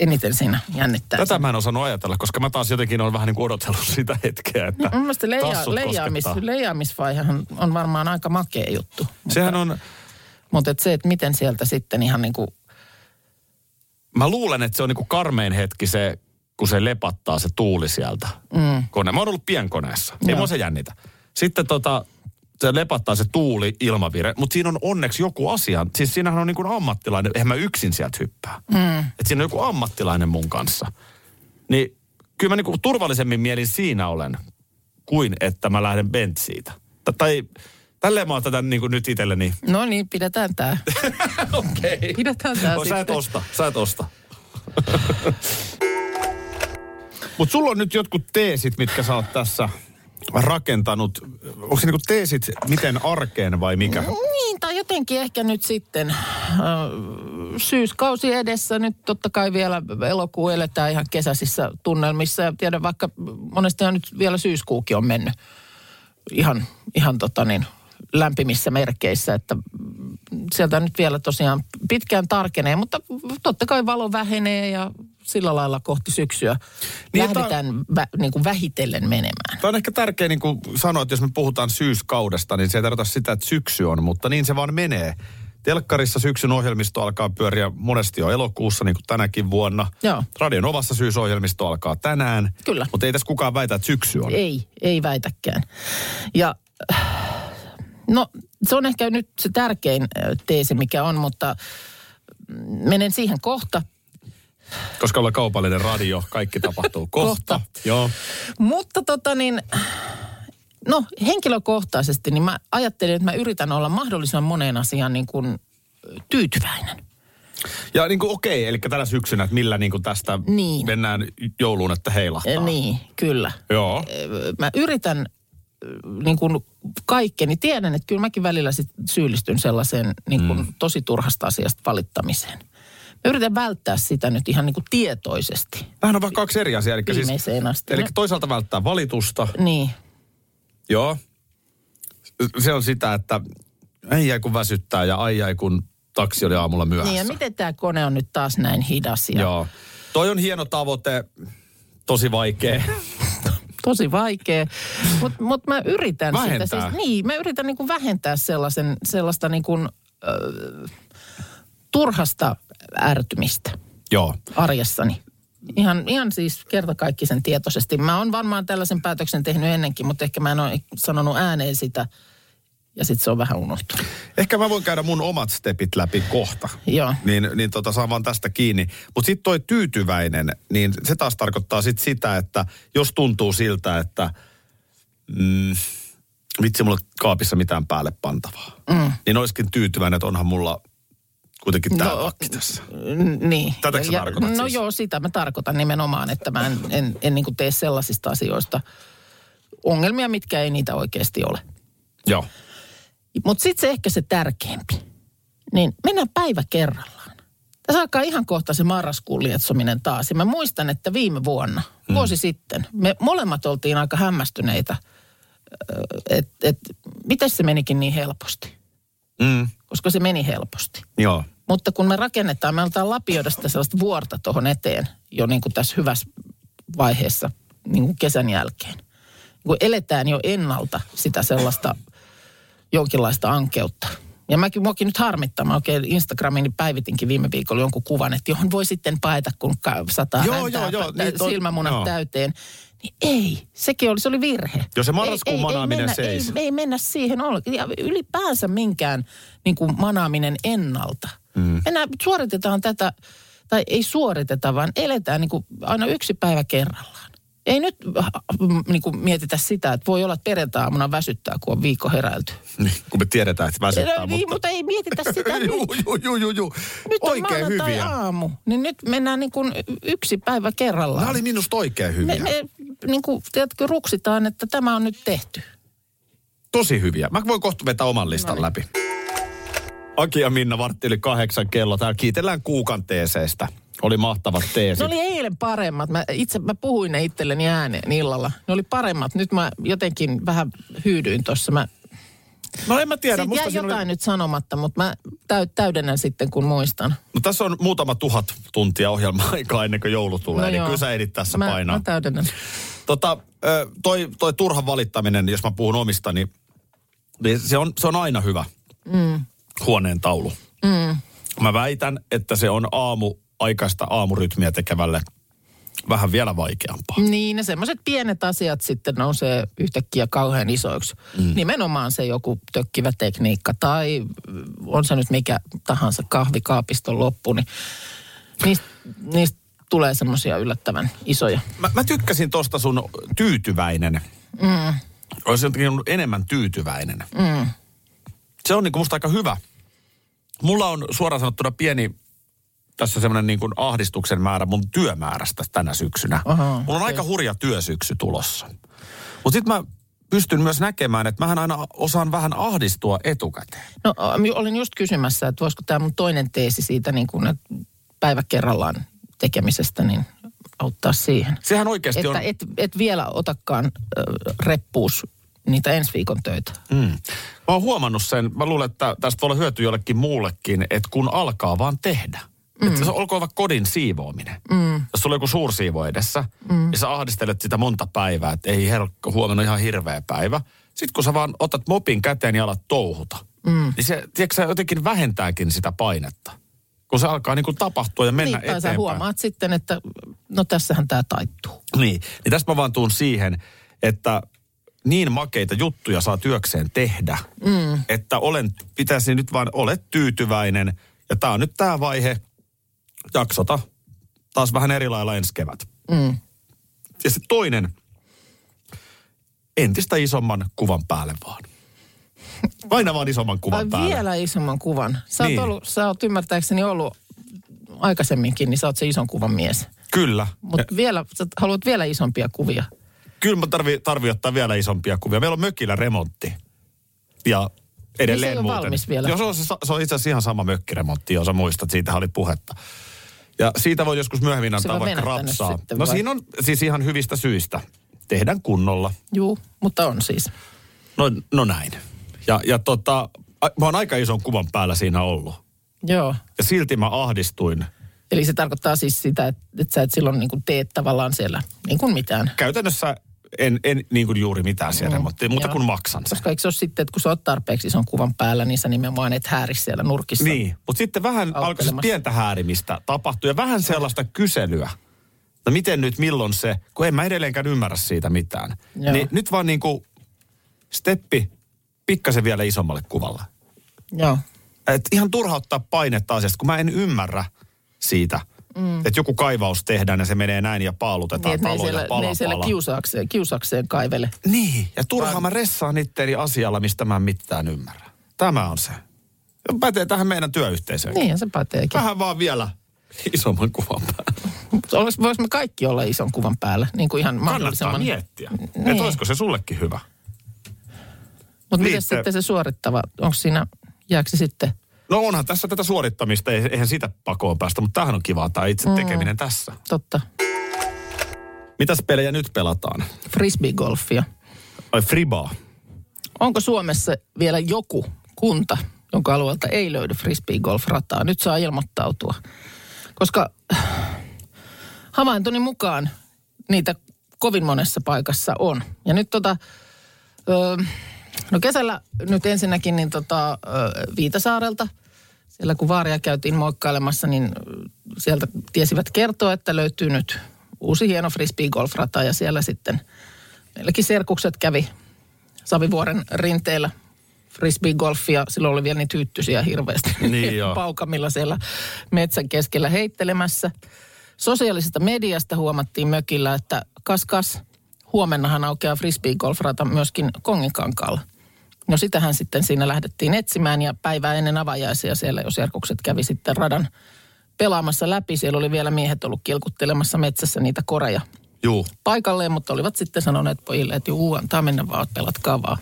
Speaker 3: eniten siinä jännittää.
Speaker 2: Tätä mä en osannut ajatella, koska mä taas jotenkin olen vähän niin kuin odotellut [LAUGHS] sitä hetkeä, että
Speaker 3: No Mun mielestä leija,
Speaker 2: tassut
Speaker 3: leijaamis,
Speaker 2: koskettaa.
Speaker 3: leijaamisvaihehan on varmaan aika makea juttu.
Speaker 2: Sehän on,
Speaker 3: Mutta et se, että miten sieltä sitten ihan niin kuin,
Speaker 2: mä luulen, että se on niin kuin karmein hetki se, kun se lepattaa se tuuli sieltä. Mm. Kone. Mä oon ollut pienkoneessa, ei
Speaker 3: Joo.
Speaker 2: mua se jännitä. Sitten tota, se lepattaa se tuuli ilmavire, mutta siinä on onneksi joku asia. Siis siinähän on niin kuin ammattilainen, eihän mä yksin sieltä hyppää. Mm. Et siinä on joku ammattilainen mun kanssa. Niin kyllä mä niin kuin turvallisemmin mielin siinä olen, kuin että mä lähden bent siitä. T- tai tälleen mä oon tätä niin kuin nyt itselleni.
Speaker 3: no niin, pidetään tämä. Okei. Okay. Pidetään tämä
Speaker 2: No, sä et
Speaker 3: sitten.
Speaker 2: osta, sä et [LAUGHS] osta. Mutta sulla on nyt jotkut teesit, mitkä sä oot tässä rakentanut. Onko se niinku teesit, miten arkeen vai mikä?
Speaker 3: Niin, tai jotenkin ehkä nyt sitten äh, syyskausi edessä. Nyt totta kai vielä elokuu eletään ihan kesäisissä tunnelmissa. Ja tiedän vaikka monesti on nyt vielä syyskuukin on mennyt ihan, ihan tota niin, lämpimissä merkeissä. Että mm, sieltä nyt vielä tosiaan pitkään tarkenee, mutta totta kai valo vähenee ja sillä lailla kohti syksyä
Speaker 2: Niin,
Speaker 3: niin,
Speaker 2: että-
Speaker 3: lähdetään vä, niin kuin vähitellen menemään.
Speaker 2: Tämä on ehkä tärkeä niin kuin sanoa, että jos me puhutaan syyskaudesta, niin se ei tarkoita sitä, että syksy on, mutta niin se vaan menee. Telkkarissa syksyn ohjelmisto alkaa pyöriä monesti jo elokuussa, niin kuin tänäkin vuonna.
Speaker 3: Joo.
Speaker 2: Radion ovassa syysohjelmisto alkaa tänään.
Speaker 3: Kyllä.
Speaker 2: Mutta ei tässä kukaan väitä, että syksy on.
Speaker 3: Ei, ei väitäkään. Ja no se on ehkä nyt se tärkein ö, teesi, mikä on, mutta menen siihen kohta.
Speaker 2: Koska ollaan kaupallinen radio, kaikki tapahtuu kohta.
Speaker 3: Kohta.
Speaker 2: Joo.
Speaker 3: Mutta tota niin, no henkilökohtaisesti niin mä ajattelin, että mä yritän olla mahdollisimman moneen asiaan niin kuin ö, tyytyväinen.
Speaker 2: Ja niin kuin okei, eli tänä syksynä, että millä niin kuin tästä
Speaker 3: Niin.
Speaker 2: mennään jouluun, että heilahtaa.
Speaker 3: Ja niin, kyllä.
Speaker 2: Joo.
Speaker 3: Ö, Mä yritän ö, niin kuin kaikkeni. Tiedän, että kyllä mäkin välillä sit syyllistyn sellaiseen niin kuin mm. tosi turhasta asiasta valittamiseen. Mä yritän välttää sitä nyt ihan niin kuin tietoisesti.
Speaker 2: Vähän on vaan kaksi eri asiaa. Eli, siis,
Speaker 3: Viimeiseen asti.
Speaker 2: eli
Speaker 3: No.
Speaker 2: toisaalta välttää valitusta.
Speaker 3: Niin,
Speaker 2: Joo. Se on sitä, että ei jäi kun väsyttää ja ai jäi kun taksi oli aamulla myöhässä.
Speaker 3: niin ja miten tämä kone on nyt taas näin hidas ja Joo.
Speaker 2: Joo. Toi on hieno tavoite, tosi
Speaker 3: [LAUGHS]
Speaker 2: vaikea.
Speaker 3: tosi vaikea. Mutta mut mä yritän sitä.
Speaker 2: Vähentää.
Speaker 3: Siis, niin, mä yritän niin kuin vähentää sellaisen, sellaista niin kuin, ö, turhasta ärtymistä.
Speaker 2: Joo.
Speaker 3: arjessani. Ihan, ihan siis kertakaikkisen tietoisesti. Mä oon varmaan tällaisen päätöksen tehnyt ennenkin, mutta ehkä mä en ole sanonut ääneen sitä ja sitten se on vähän unohtunut.
Speaker 2: Ehkä mä voin käydä mun omat stepit läpi kohta.
Speaker 3: Joo.
Speaker 2: Niin, niin tota, saan vaan tästä kiinni. Mutta sitten toi tyytyväinen, niin se taas tarkoittaa sit sitä, että jos tuntuu siltä, että mm, vitsi, mulla ei kaapissa mitään päälle pantavaa. Mm. Niin olisikin tyytyväinen, että onhan mulla kuitenkin tämä
Speaker 3: No,
Speaker 2: no, pakki tässä.
Speaker 3: N- Niin.
Speaker 2: Tätäkö sä tarkoitat
Speaker 3: No
Speaker 2: siis?
Speaker 3: joo, sitä mä tarkoitan nimenomaan, että mä en, en, en niin tee sellaisista asioista ongelmia, mitkä ei niitä oikeasti ole.
Speaker 2: Joo.
Speaker 3: Mutta sitten se ehkä se tärkeämpi. Niin mennään päivä kerrallaan. Tässä alkaa ihan kohta se marraskuun lietsominen taas. Ja mä muistan, että viime vuonna, vuosi sitten, me molemmat oltiin aika hämmästyneitä, että et, miten se menikin niin helposti.
Speaker 2: Mm.
Speaker 3: Koska se meni helposti.
Speaker 2: Joo.
Speaker 3: Mutta kun me rakennetaan, me aletaan lapioida sitä sellaista vuorta tuohon eteen jo niin kuin tässä hyvässä vaiheessa niin kuin kesän jälkeen. Kun eletään jo ennalta sitä sellaista jonkinlaista ankeutta. Ja mäkin, muakin nyt harmittaa. Mä oikein Instagramiin niin päivitinkin viime viikolla jonkun kuvan, että johon voi sitten paeta, kun ka- sataa
Speaker 2: Joo,
Speaker 3: häntää,
Speaker 2: joo, joo,
Speaker 3: tä-
Speaker 2: niin toi-
Speaker 3: silmämunat
Speaker 2: joo.
Speaker 3: täyteen. Niin ei, sekin oli, se oli virhe.
Speaker 2: Joo, se marraskuun
Speaker 3: Ei- ei- ei
Speaker 2: manaaminen
Speaker 3: mennä-
Speaker 2: seis.
Speaker 3: Ei, ei mennä siihen ollenkaan. Ja ylipäänsä minkään niin kuin manaaminen ennalta. Mm. Mennään, suoritetaan tätä, tai ei suoriteta, vaan eletään niin kuin aina yksi päivä kerrallaan. Ei nyt niin kuin mietitä sitä, että voi olla, että perjantai-aamuna väsyttää, kun on viikko heräilty.
Speaker 2: [LAUGHS] Niin, kun me tiedetään, että väsyttää,
Speaker 3: No, niin, mutta ei mietitä sitä
Speaker 2: [LAUGHS]
Speaker 3: nyt.
Speaker 2: Juu, juu, juu, juu, juu.
Speaker 3: Nyt
Speaker 2: Oikein
Speaker 3: on
Speaker 2: hyviä.
Speaker 3: aamu, niin nyt mennään niin kuin yksi päivä kerrallaan.
Speaker 2: Nämä oli minusta oikein
Speaker 3: me,
Speaker 2: hyviä.
Speaker 3: me niin kuin, tiedätkö, ruksitaan, että tämä on nyt tehty.
Speaker 2: Tosi hyviä. Mä voin kohta vetää
Speaker 3: No
Speaker 2: oman listan
Speaker 3: niin.
Speaker 2: läpi. Aki ja Minna, vartti yli kahdeksan kello. Täällä kiitellään kuukan teeseistä. Oli mahtavat
Speaker 3: Ne
Speaker 2: teesit.
Speaker 3: oli eilen paremmat. Mä, itse mä puhuin ne itselleni ääneen illalla. Ne oli paremmat. Nyt mä jotenkin vähän hyydyin tuossa. Mä,
Speaker 2: No en mä tiedä.
Speaker 3: niin. siitä
Speaker 2: Musta
Speaker 3: jäi
Speaker 2: siinä
Speaker 3: jotain
Speaker 2: oli...
Speaker 3: nyt sanomatta, mutta mä täy, täydennän sitten, kun muistan.
Speaker 2: no, tässä on muutama tuhat tuntia [LAUGHS] ohjelma-aikaa ennen kuin joulu tulee. No niin
Speaker 3: joo.
Speaker 2: kyllä sä ehdit tässä
Speaker 3: mä,
Speaker 2: painaa.
Speaker 3: Mä täydennän.
Speaker 2: Tota, ö, toi, toi turha valittaminen, jos mä puhun omista, niin, niin se, on, se on aina hyvä mm. huoneen taulu. Mm. Mä väitän, että se on aamu aikaista aamurytmiä tekevälle vähän vielä vaikeampaa.
Speaker 3: Niin, ne semmoiset pienet asiat sitten nousee yhtäkkiä kauhean isoiksi. Mm. Nimenomaan se joku tökkivä tekniikka tai mm, on se nyt mikä tahansa kahvikaapiston loppu, niin niistä, niistä tulee semmoisia yllättävän isoja.
Speaker 2: Mä, mä tykkäsin tosta sun tyytyväinen. Mm. Olisi jotenkin ollut enemmän tyytyväinen. Mm. Se on niinku musta aika hyvä. Mulla on suoraan sanottuna pieni tässä semmoinen niin kuin ahdistuksen määrä mun työmäärästä tänä syksynä.
Speaker 3: Aha,
Speaker 2: Mulla on aika hurja työsyksy tulossa. Mutta sitten mä pystyn myös näkemään, että mähän aina osaan vähän ahdistua etukäteen.
Speaker 3: No ä, olin just kysymässä, että voisiko tämä mun toinen teesi siitä niin kuin että päivä kerrallaan tekemisestä, niin auttaa siihen.
Speaker 2: Sehän oikeasti on...
Speaker 3: Että et, et vielä otakaan äh, reppuus niitä ensi viikon töitä.
Speaker 2: Mm. Mä oon huomannut sen, mä luulen, että tästä voi olla hyöty jollekin muullekin, että kun alkaa vaan tehdä. Mm. Että se olkoon vaikka kodin siivoaminen. Mm. Jos sulla on joku suursiivo edessä, mm. ja sä ahdistelet sitä monta päivää, että ei herkko, huomenna ihan hirveä päivä. Sitten kun sä vaan otat mopin käteen ja alat touhuta, mm. niin se, tiedätkö, sä jotenkin vähentääkin sitä painetta. Kun se alkaa niin kuin tapahtua ja mennä
Speaker 3: niin, tai sä
Speaker 2: eteenpäin.
Speaker 3: huomaat sitten, että no tässähän tämä taittuu.
Speaker 2: Niin, niin tästä mä vaan tuun siihen, että niin makeita juttuja saa työkseen tehdä, mm. että olen, pitäisi nyt vaan, olet tyytyväinen. Ja tämä on nyt tämä vaihe, jaksota taas vähän eri lailla ensi kevät. Mm. Ja sitten toinen, entistä isomman kuvan päälle vaan. Aina vaan isomman kuvan
Speaker 3: Ai
Speaker 2: päälle.
Speaker 3: vielä isomman kuvan. Sä, niin.
Speaker 2: Niin.
Speaker 3: oot ollut, sä oot ymmärtääkseni ollut aikaisemminkin, niin sä oot se ison kuvan mies.
Speaker 2: Kyllä.
Speaker 3: Mutta vielä, sä haluat vielä isompia kuvia.
Speaker 2: Kyllä mä tarvii, tarvii ottaa vielä isompia kuvia. Meillä on mökillä remontti. Ja edelleen
Speaker 3: Niin se ei ole
Speaker 2: muuten.
Speaker 3: valmis vielä.
Speaker 2: Joo, se on, se, se on itse asiassa ihan sama mökkiremontti, jos sä muistat, siitä oli puhetta. Ja siitä voi joskus myöhemmin antaa
Speaker 3: voi
Speaker 2: vaikka
Speaker 3: venähtää nyt
Speaker 2: rapsaa.
Speaker 3: sitten
Speaker 2: No
Speaker 3: vai?
Speaker 2: siinä on siis ihan hyvistä syistä. Tehdään kunnolla.
Speaker 3: Juu, mutta on siis.
Speaker 2: No, no näin. Ja, ja tota, a- mä oon aika ison kuvan päällä siinä ollut.
Speaker 3: Joo.
Speaker 2: Ja silti mä ahdistuin.
Speaker 3: Eli se tarkoittaa siis sitä, että, että sä et silloin niin kuin tee tavallaan siellä niin kuin mitään.
Speaker 2: Käytännössä en, en niin kuin juuri mitään siellä mm, remonttia, muuta
Speaker 3: joo.
Speaker 2: kuin maksan sen.
Speaker 3: Koska eikö se ole sitten, että kun sä oot tarpeeksi ison kuvan päällä, niin sä nimenomaan et hääri siellä nurkissa.
Speaker 2: Niin, mutta sitten vähän alkoi se
Speaker 3: Auttelemassa.
Speaker 2: pientä häärimistä tapahtua ja vähän sellaista kyselyä. No miten nyt, milloin se, kun en mä edelleenkään ymmärrä siitä mitään.
Speaker 3: Joo.
Speaker 2: Niin nyt vaan niin kuin niinku steppi pikkasen vielä isommalle kuvalle.
Speaker 3: Joo.
Speaker 2: Et ihan turha ottaa painetta asiasta, kun mä en ymmärrä siitä, mm. että joku kaivaus tehdään ja se menee näin ja paalutetaan
Speaker 3: Niin,
Speaker 2: niin,
Speaker 3: että ne
Speaker 2: taloja
Speaker 3: ei siellä,
Speaker 2: pala
Speaker 3: ne ei siellä
Speaker 2: pala.
Speaker 3: kiusaakseen, kiusaakseen kaivele.
Speaker 2: Niin, ja turhaan mä ressaan itteeni asialla, mistä mä en mitään ymmärrä. Tämä on se. Ja Pätee tähän meidän työyhteisöön.
Speaker 3: Niin, se päteekin.
Speaker 2: Vähän vaan vielä isomman kuvan päälle.
Speaker 3: Voisimme kaikki olla ison kuvan päällä, niin kuin ihan
Speaker 2: Kannattaa
Speaker 3: mahdollisimman.
Speaker 2: miettiä. Niin.
Speaker 3: Niin.
Speaker 2: Että olisiko se sullekin hyvä? Niin,
Speaker 3: Mutta miten
Speaker 2: se-
Speaker 3: sitten se suorittava, onko siinä, jääkö se sitten?
Speaker 2: No onhan tässä tätä suorittamista, ei- eihän sitä pakoon päästä, mutta tämähän on kivaa tämä
Speaker 3: Mm.
Speaker 2: itse tekeminen tässä.
Speaker 3: Totta,
Speaker 2: Mitäs pelejä nyt pelataan?
Speaker 3: frisbeegolfia.
Speaker 2: Ai fribaa.
Speaker 3: Onko Suomessa vielä joku kunta, jonka alueelta ei löydy frisbeegolf-rataa? Nyt saa ilmoittautua. Koska äh, havaintoni mukaan niitä kovin monessa paikassa on. Ja nyt tota, ö, no kesällä nyt ensinnäkin niin tota, ö, Viitasaarelta, siellä kun vaaria käytiin moikkailemassa, niin ö, sieltä tiesivät kertoa, että löytyy nyt uusi hieno frisbeegolf-rata ja siellä sitten meilläkin serkukset kävi Savivuoren rinteillä frisbeegolfia. Silloin oli vielä niitä hyttysiä hirveästi
Speaker 2: [LAUGHS] Niin joo.
Speaker 3: [LAUGHS] paukamilla siellä metsän keskellä heittelemässä. Sosiaalisesta mediasta huomattiin mökillä, että kas kas, huomennahan aukeaa frisbeegolfrata myöskin Konginkankaalla. No sitähän sitten siinä lähdettiin etsimään ja päivää ennen avajaisia siellä jos serkukset kävi sitten radan pelaamassa läpi. Siellä oli vielä miehet ollut kilkuttelemassa metsässä niitä koreja
Speaker 2: Juu.
Speaker 3: paikalleen, mutta olivat sitten sanoneet pojille, että juu, antaa mennä vaan, pelatkaa vaan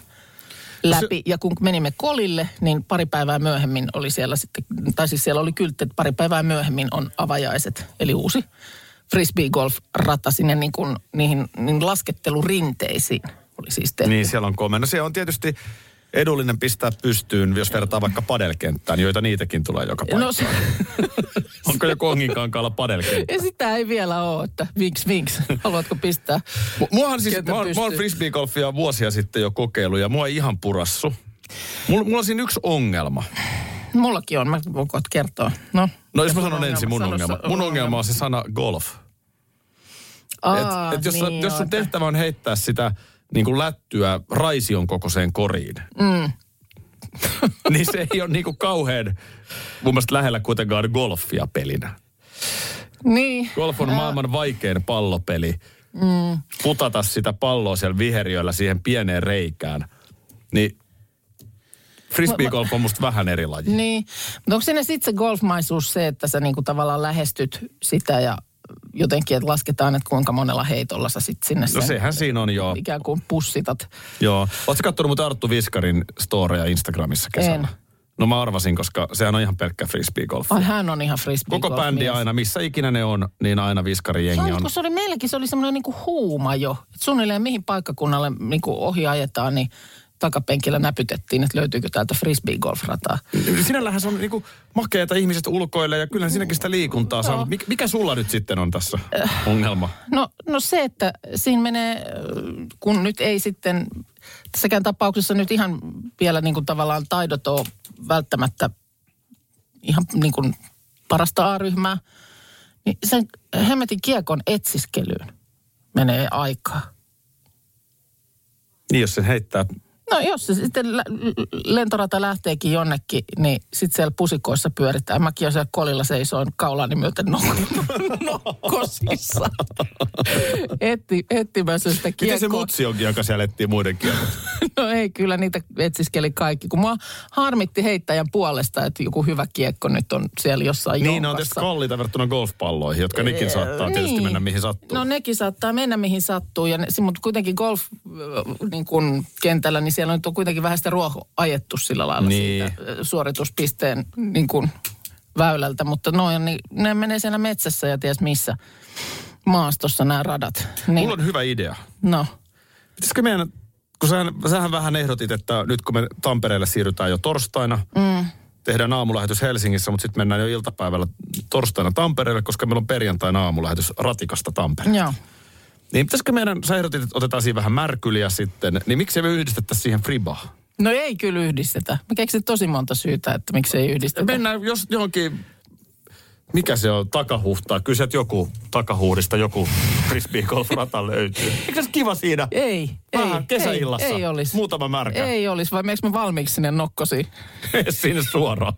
Speaker 3: läpi. Ja kun menimme kolille, niin pari päivää myöhemmin oli siellä sitten, tai siis siellä oli kyltti, että pari päivää myöhemmin on avajaiset, eli uusi frisbee-golf-rata sinne niin kuin niihin niin laskettelurinteisiin oli siis tehty.
Speaker 2: Niin, siellä on komea. No se on tietysti edullinen pistää pystyyn, jos vertaa vaikka padelkenttään, joita niitäkin tulee joka paikka.
Speaker 3: No, se, [LAUGHS]
Speaker 2: Onko jo Konginkankaalla padelkenttä?
Speaker 3: ja sitä ei vielä ole, että vinks vinks, haluatko pistää?
Speaker 2: Mu- Muahan siis,
Speaker 3: Kentä
Speaker 2: mä oon, mä oon
Speaker 3: pystyy?
Speaker 2: frisbeegolfia vuosia sitten jo kokeilu ja mua ei ihan purassu. Mulla, mulla on siinä yksi ongelma.
Speaker 3: Mullakin on, mä voin kohta kertoa. No,
Speaker 2: No jos mä
Speaker 3: Mun
Speaker 2: sanon ensin mun
Speaker 3: sano
Speaker 2: ongelma.
Speaker 3: se-
Speaker 2: Mun ongelma on se sana golf.
Speaker 3: Aa,
Speaker 2: Et, et jos, sä-
Speaker 3: niin
Speaker 2: jos sun
Speaker 3: joo, että-
Speaker 2: tehtävä on heittää sitä niin kuin lättyä raision kokoiseen koriin, mm. [LAUGHS] niin se ei ole niin kuin kauhean mun mielestä lähellä kuitenkaan golfia pelinä.
Speaker 3: Niin.
Speaker 2: Golf on maailman vaikein pallopeli. Mm. Putata sitä palloa siellä viheriöllä siihen pieneen reikään. Niin frisbeegolf on musta vähän eri laji.
Speaker 3: Niin, mutta onko siinä sitten se golfmaisuus se, että sä niinku tavallaan lähestyt sitä ja jotenkin, että lasketaan, että kuinka monella heitolla sä sitten sinne
Speaker 2: No
Speaker 3: sen
Speaker 2: sehän siinä on joo.
Speaker 3: ikään kuin pussitat.
Speaker 2: Joo. Oletko kattonut mut Arttu Viskarin storeja Instagramissa kesällä?
Speaker 3: En.
Speaker 2: No mä arvasin, koska sehän on ihan pelkkä frisbeegolf.
Speaker 3: Ai hän on ihan frisbee
Speaker 2: Koko bändi aina, missä ikinä ne on, niin aina Viskarin
Speaker 3: Se,
Speaker 2: jengi
Speaker 3: on,
Speaker 2: on.
Speaker 3: kun se oli meilläkin, se oli semmoinen niinku huuma jo. Et suunnilleen mihin paikkakunnalle niinku ohi ajetaan, niin takapenkillä näpytettiin, että löytyykö täältä frisbee-golfrataa.
Speaker 2: Sinällähän se on niinku makeeta ihmiset ulkoille ja kyllähän siinäkin sitä liikuntaa saa. Mik- Mikä sulla nyt sitten on tässä ongelma?
Speaker 3: No, no se, että siinä menee, äh, kun nyt ei sitten, tässäkään tapauksessa nyt ihan vielä niin kuin tavallaan taidot ole välttämättä ihan niin kuin parasta A-ryhmää, niin sen hemmetin kiekon etsiskelyyn menee aikaa.
Speaker 2: Niin jos sen heittää
Speaker 3: No jos se sitten lä- l- lentorata lähteekin jonnekin, niin sitten siellä pusikoissa pyöritään. Mäkin olen siellä kolilla seisoin kaulani
Speaker 2: [LAUGHS]
Speaker 3: myöten nok- nokkosissa. Etti, etsimässä sitä kiekkoa.
Speaker 2: Miten se mutsi onkin, joka siellä etsii muiden kieltä?
Speaker 3: [LAUGHS] No ei, kyllä niitä etsiskeli kaikki. Kun mua harmitti heittäjän puolesta, että joku hyvä kiekko nyt on siellä jossain
Speaker 2: niin, ne on tietysti
Speaker 3: jonkassa.
Speaker 2: kalliita verrattuna golfpalloihin, jotka nekin saattaa
Speaker 3: Niin.
Speaker 2: tietysti mennä mihin sattuu.
Speaker 3: No nekin saattaa mennä mihin sattuu, ja ne, si- mutta kuitenkin golf äh, niin kun kentällä, niin siellä nyt on kuitenkin vähän sitä ruoho ajettu sillä lailla
Speaker 2: Niin.
Speaker 3: siitä äh, suorituspisteen niin kun väylältä, mutta noin, niin ne menee siellä metsässä ja ties missä maastossa nämä radat. Niin,
Speaker 2: Mulla on hyvä idea.
Speaker 3: No,
Speaker 2: Pitäisikö meidän, kun sähän, sähän vähän ehdotit, että nyt kun me Tampereelle siirrytään jo torstaina, mm. tehdään aamulähetys Helsingissä, mutta sitten mennään jo iltapäivällä torstaina Tampereelle, koska meillä on perjantaina aamulähetys Ratikasta Tampereelle.
Speaker 3: joo.
Speaker 2: Niin pitäisikö meidän, sä ehdotit, että otetaan siihen vähän märkyliä sitten, niin miksi me yhdistettäisiin siihen fribaan?
Speaker 3: No ei kyllä yhdistetä. Mä keksin tosi monta syytä, että miksi ei yhdistetä.
Speaker 2: Mennään jos johonkin, mikä se on, takahuhtaa. Kyllä sieltä joku takahuudista joku frisbeegolf-rata löytyy. Eikö se kiva siinä?
Speaker 3: Ei,
Speaker 2: Vähän
Speaker 3: ei,
Speaker 2: kesäillassa.
Speaker 3: Ei, ei olisi.
Speaker 2: Muutama märkä.
Speaker 3: Ei olisi, vai meneekö me valmiiksi sinne nokkosiin?
Speaker 2: [LAUGHS] sinne suoraan.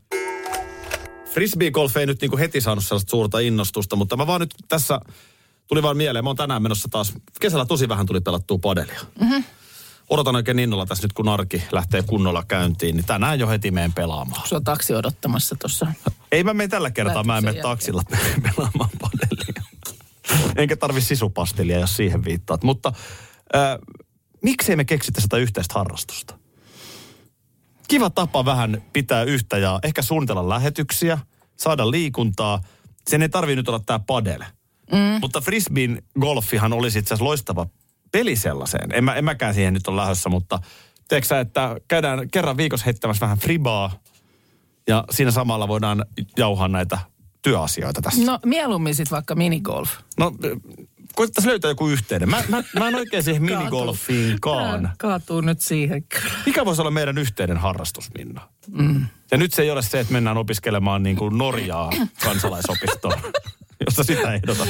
Speaker 2: Frisbeegolf ei nyt niinku heti saanut sellaista suurta innostusta, mutta mä vaan nyt tässä tuli vaan mieleen. Mä oon tänään menossa taas, kesällä tosi vähän tuli pelattua padelia. Mm-hmm. Odotan oikein innolla tässä nyt, kun arki lähtee kunnolla käyntiin, niin tänään jo heti meen pelaamaan.
Speaker 3: Sua taksi odottamassa tuossa.
Speaker 2: Ei mä mene tällä kertaa, mä en mene
Speaker 3: Lähetyksen
Speaker 2: taksilla [LAUGHS] pelaamaan padelia. Enkä tarvi sisupastelia, jos siihen viittaat. Mutta äh, miksei me keksitä sitä yhteistä harrastusta? Kiva tapa vähän pitää yhtä ja ehkä suunnitella lähetyksiä, saada liikuntaa. Sen ei tarvi nyt olla tää padel. Mm. Mutta frisbeen golfihan olisi itse asiassa loistava peli sellaiseen. En, mä, en mäkään siihen nyt ole lähdössä, mutta teekö sä, että käydään kerran viikossa heittämässä vähän fribaa, ja siinä samalla voidaan jauhaa näitä työasioita tässä. No,
Speaker 3: No mieluummin sitten vaikka minigolf.
Speaker 2: no koettaisiin löytää joku yhteinen. Mä, mä, mä en oikein [LAUGHS] siihen minigolfiinkaan.
Speaker 3: Tää Kaatuu nyt siihen kyllä.
Speaker 2: Mikä voisi olla meidän yhteinen harrastus, Minna? Mm. Ja nyt se ei ole se, että mennään opiskelemaan niin kuin Norjaa kansalaisopistoon, [LAUGHS] jossa sitä ehdotat.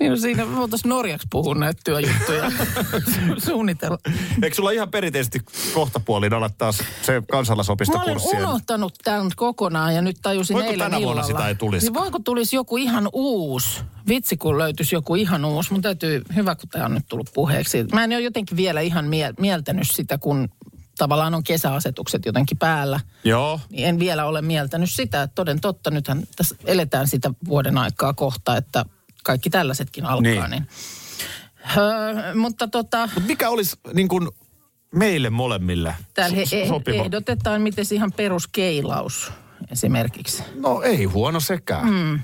Speaker 3: Niin no siinä me voitaisiin Norjaksi puhua näitä työjuttuja. Suunnitella.
Speaker 2: [LAUGHS] Eikö sulla ihan perinteisesti kohtapuoliin olla taas se
Speaker 3: Mä olen
Speaker 2: kansalaisopistokurssi?
Speaker 3: unohtanut tämän kokonaan ja nyt tajusin
Speaker 2: Voiko
Speaker 3: eilen
Speaker 2: tänä vuonna
Speaker 3: illalla.
Speaker 2: sitä ei tulisi?
Speaker 3: Niin voiko tulisi joku ihan uusi? Vitsi kun löytyisi joku ihan uusi. Mun täytyy, hyvä kun tämä on nyt tullut puheeksi. Mä en ole jotenkin vielä ihan mie- mieltänyt sitä, kun tavallaan on kesäasetukset jotenkin päällä.
Speaker 2: Joo.
Speaker 3: Niin en vielä ole mieltänyt sitä, että toden totta, nythän tässä eletään sitä vuoden aikaa kohta, että kaikki tällaisetkin alkaa.
Speaker 2: Niin.
Speaker 3: Niin. Öö, mutta tota,
Speaker 2: Mut mikä olisi niin kuin meille molemmille
Speaker 3: täällä he,
Speaker 2: so-
Speaker 3: eh-
Speaker 2: sopiva?
Speaker 3: ehdotetaan, miten ihan peruskeilaus esimerkiksi.
Speaker 2: No ei huono sekään. Mm.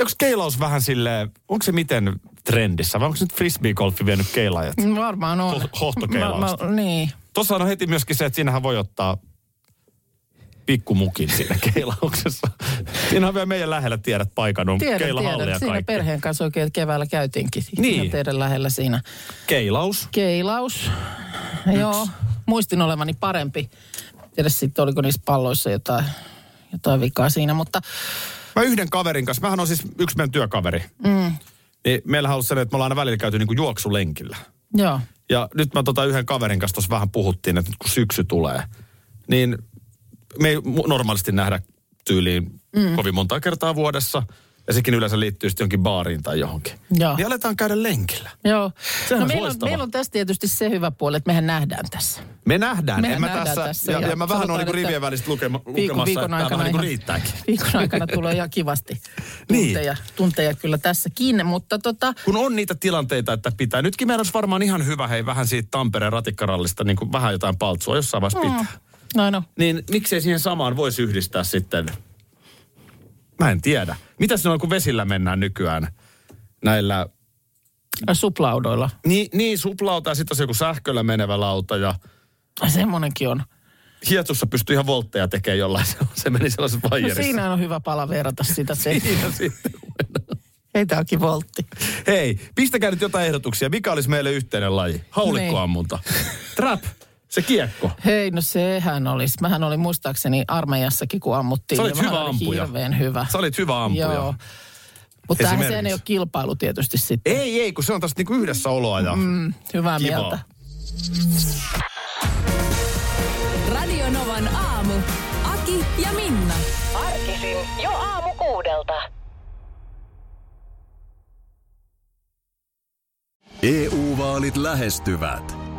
Speaker 2: Onko keilaus vähän silleen, onko se miten trendissä vai onko se nyt frisbeegolfi vienyt keilaajat?
Speaker 3: Mm, Varmaan on.
Speaker 2: Ho- hohtokeilausta.
Speaker 3: Mä- mä- Niin.
Speaker 2: Tuossa on heti myöskin se, että siinähän voi ottaa pikkumukin siinä [LAUGHS] keilauksessa. Siinä on vielä meidän lähellä tiedät paikan, on
Speaker 3: Tiedän,
Speaker 2: keilahalli ja
Speaker 3: tiedän. Siinä
Speaker 2: kaikki.
Speaker 3: perheen kanssa oikein keväällä käytiinkin.
Speaker 2: Niin.
Speaker 3: Siinä teidän lähellä siinä.
Speaker 2: Keilaus.
Speaker 3: Keilaus. Yksi. Joo. Muistin olevani parempi. Tiedä sitten, oliko niissä palloissa jotain, jotain vikaa siinä, mutta
Speaker 2: Mä yhden kaverin kanssa, mähän on siis yksi meidän työkaveri. Mm. Niin meillähän on ollut sellainen, että me ollaan aina välillä käyty niinku juoksulenkillä.
Speaker 3: joo.
Speaker 2: Ja nyt mä tota yhden kaverin kanssa tuossa vähän puhuttiin, että nyt kun syksy tulee, niin me ei mu- normaalisti nähdä tyyliin mm. kovin monta kertaa vuodessa. Ja sekin yleensä liittyy sitten jonkin baariin tai johonkin.
Speaker 3: Joo.
Speaker 2: Niin aletaan käydä lenkillä.
Speaker 3: Joo.
Speaker 2: Sehän
Speaker 3: no
Speaker 2: on
Speaker 3: meillä, on,
Speaker 2: loistavaa.
Speaker 3: meillä on tässä tietysti se hyvä puoli, että mehän nähdään tässä.
Speaker 2: Me nähdään.
Speaker 3: Mehän
Speaker 2: en mä
Speaker 3: nähdään
Speaker 2: tässä,
Speaker 3: tässä
Speaker 2: ja,
Speaker 3: ja
Speaker 2: ja, mä vähän
Speaker 3: sanotaan,
Speaker 2: olen niinku
Speaker 3: että
Speaker 2: rivien välistä lukema, lukemassa,
Speaker 3: Viikon,
Speaker 2: että
Speaker 3: viikon
Speaker 2: tämä
Speaker 3: aikana,
Speaker 2: vähän
Speaker 3: ihan,
Speaker 2: niinku riittääkin.
Speaker 3: viikon aikana tulee ihan
Speaker 2: [LAUGHS]
Speaker 3: kivasti
Speaker 2: Niin.
Speaker 3: tunteja, tunteja kyllä tässäkin, mutta tota,
Speaker 2: Kun on niitä tilanteita, että pitää. Nytkin meillä olisi varmaan ihan hyvä, hei vähän siitä Tampereen ratikkarallista, niin kuin vähän jotain paltsua jossain vaiheessa pitää.
Speaker 3: no no,
Speaker 2: Niin miksei siihen samaan voisi yhdistää sitten? Mä en tiedä. Mitä se on, kun vesillä mennään nykyään näillä...
Speaker 3: Äh, suplaudoilla.
Speaker 2: Niin, niin suplauta ja sitten on se joku sähköllä menevä lauta ja
Speaker 3: Ai, Semmoinenkin on.
Speaker 2: hietsussa pystyy ihan voltteja tekemään jollain. Se- Se meni sellaisessa
Speaker 3: No
Speaker 2: vaijerissa.
Speaker 3: siinä on hyvä palaverata sitä. Se,
Speaker 2: [LAUGHS] siinä sitten.
Speaker 3: ei tämäkin voltti.
Speaker 2: Hei, pistäkää nyt jotain ehdotuksia. Mikä olisi meille yhteinen laji? Haulikkoammunta.
Speaker 3: Niin.
Speaker 2: Trap, se kiekko.
Speaker 3: Hei, no sehän olisi. Mähän olin muistaakseni armeijassakin, kun ammuttiin.
Speaker 2: Sä olit
Speaker 3: ja mähän
Speaker 2: hyvä
Speaker 3: olin
Speaker 2: ampuja.
Speaker 3: Hirveän hyvä.
Speaker 2: Sä olit hyvä ampuja.
Speaker 3: Joo. Mutta tämähän sehän
Speaker 2: Esimerkiksi.
Speaker 3: ei ole kilpailu tietysti sitten.
Speaker 2: Ei, ei, kun se on tästä niinku yhdessä oloa ja... Mm. Kivaa.
Speaker 3: Hyvää mieltä.
Speaker 8: Radio Novan aamu. Aki ja Minna.
Speaker 1: Arkisin jo aamu kuudelta.
Speaker 6: EU-vaalit E lähestyvät.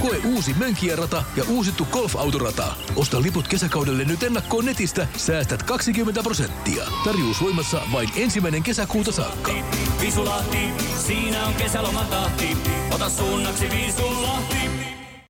Speaker 9: Koe uusi Mönkijärata ja uusittu golfautorata. Osta liput kesäkaudelle nyt ennakkoon netistä. Säästät 20 prosenttia. Tarjous voimassa vain ensimmäinen kesäkuuta saakka.
Speaker 10: Visulahti, siinä on kesälomatahti. Ota suunnaksi Visulahti.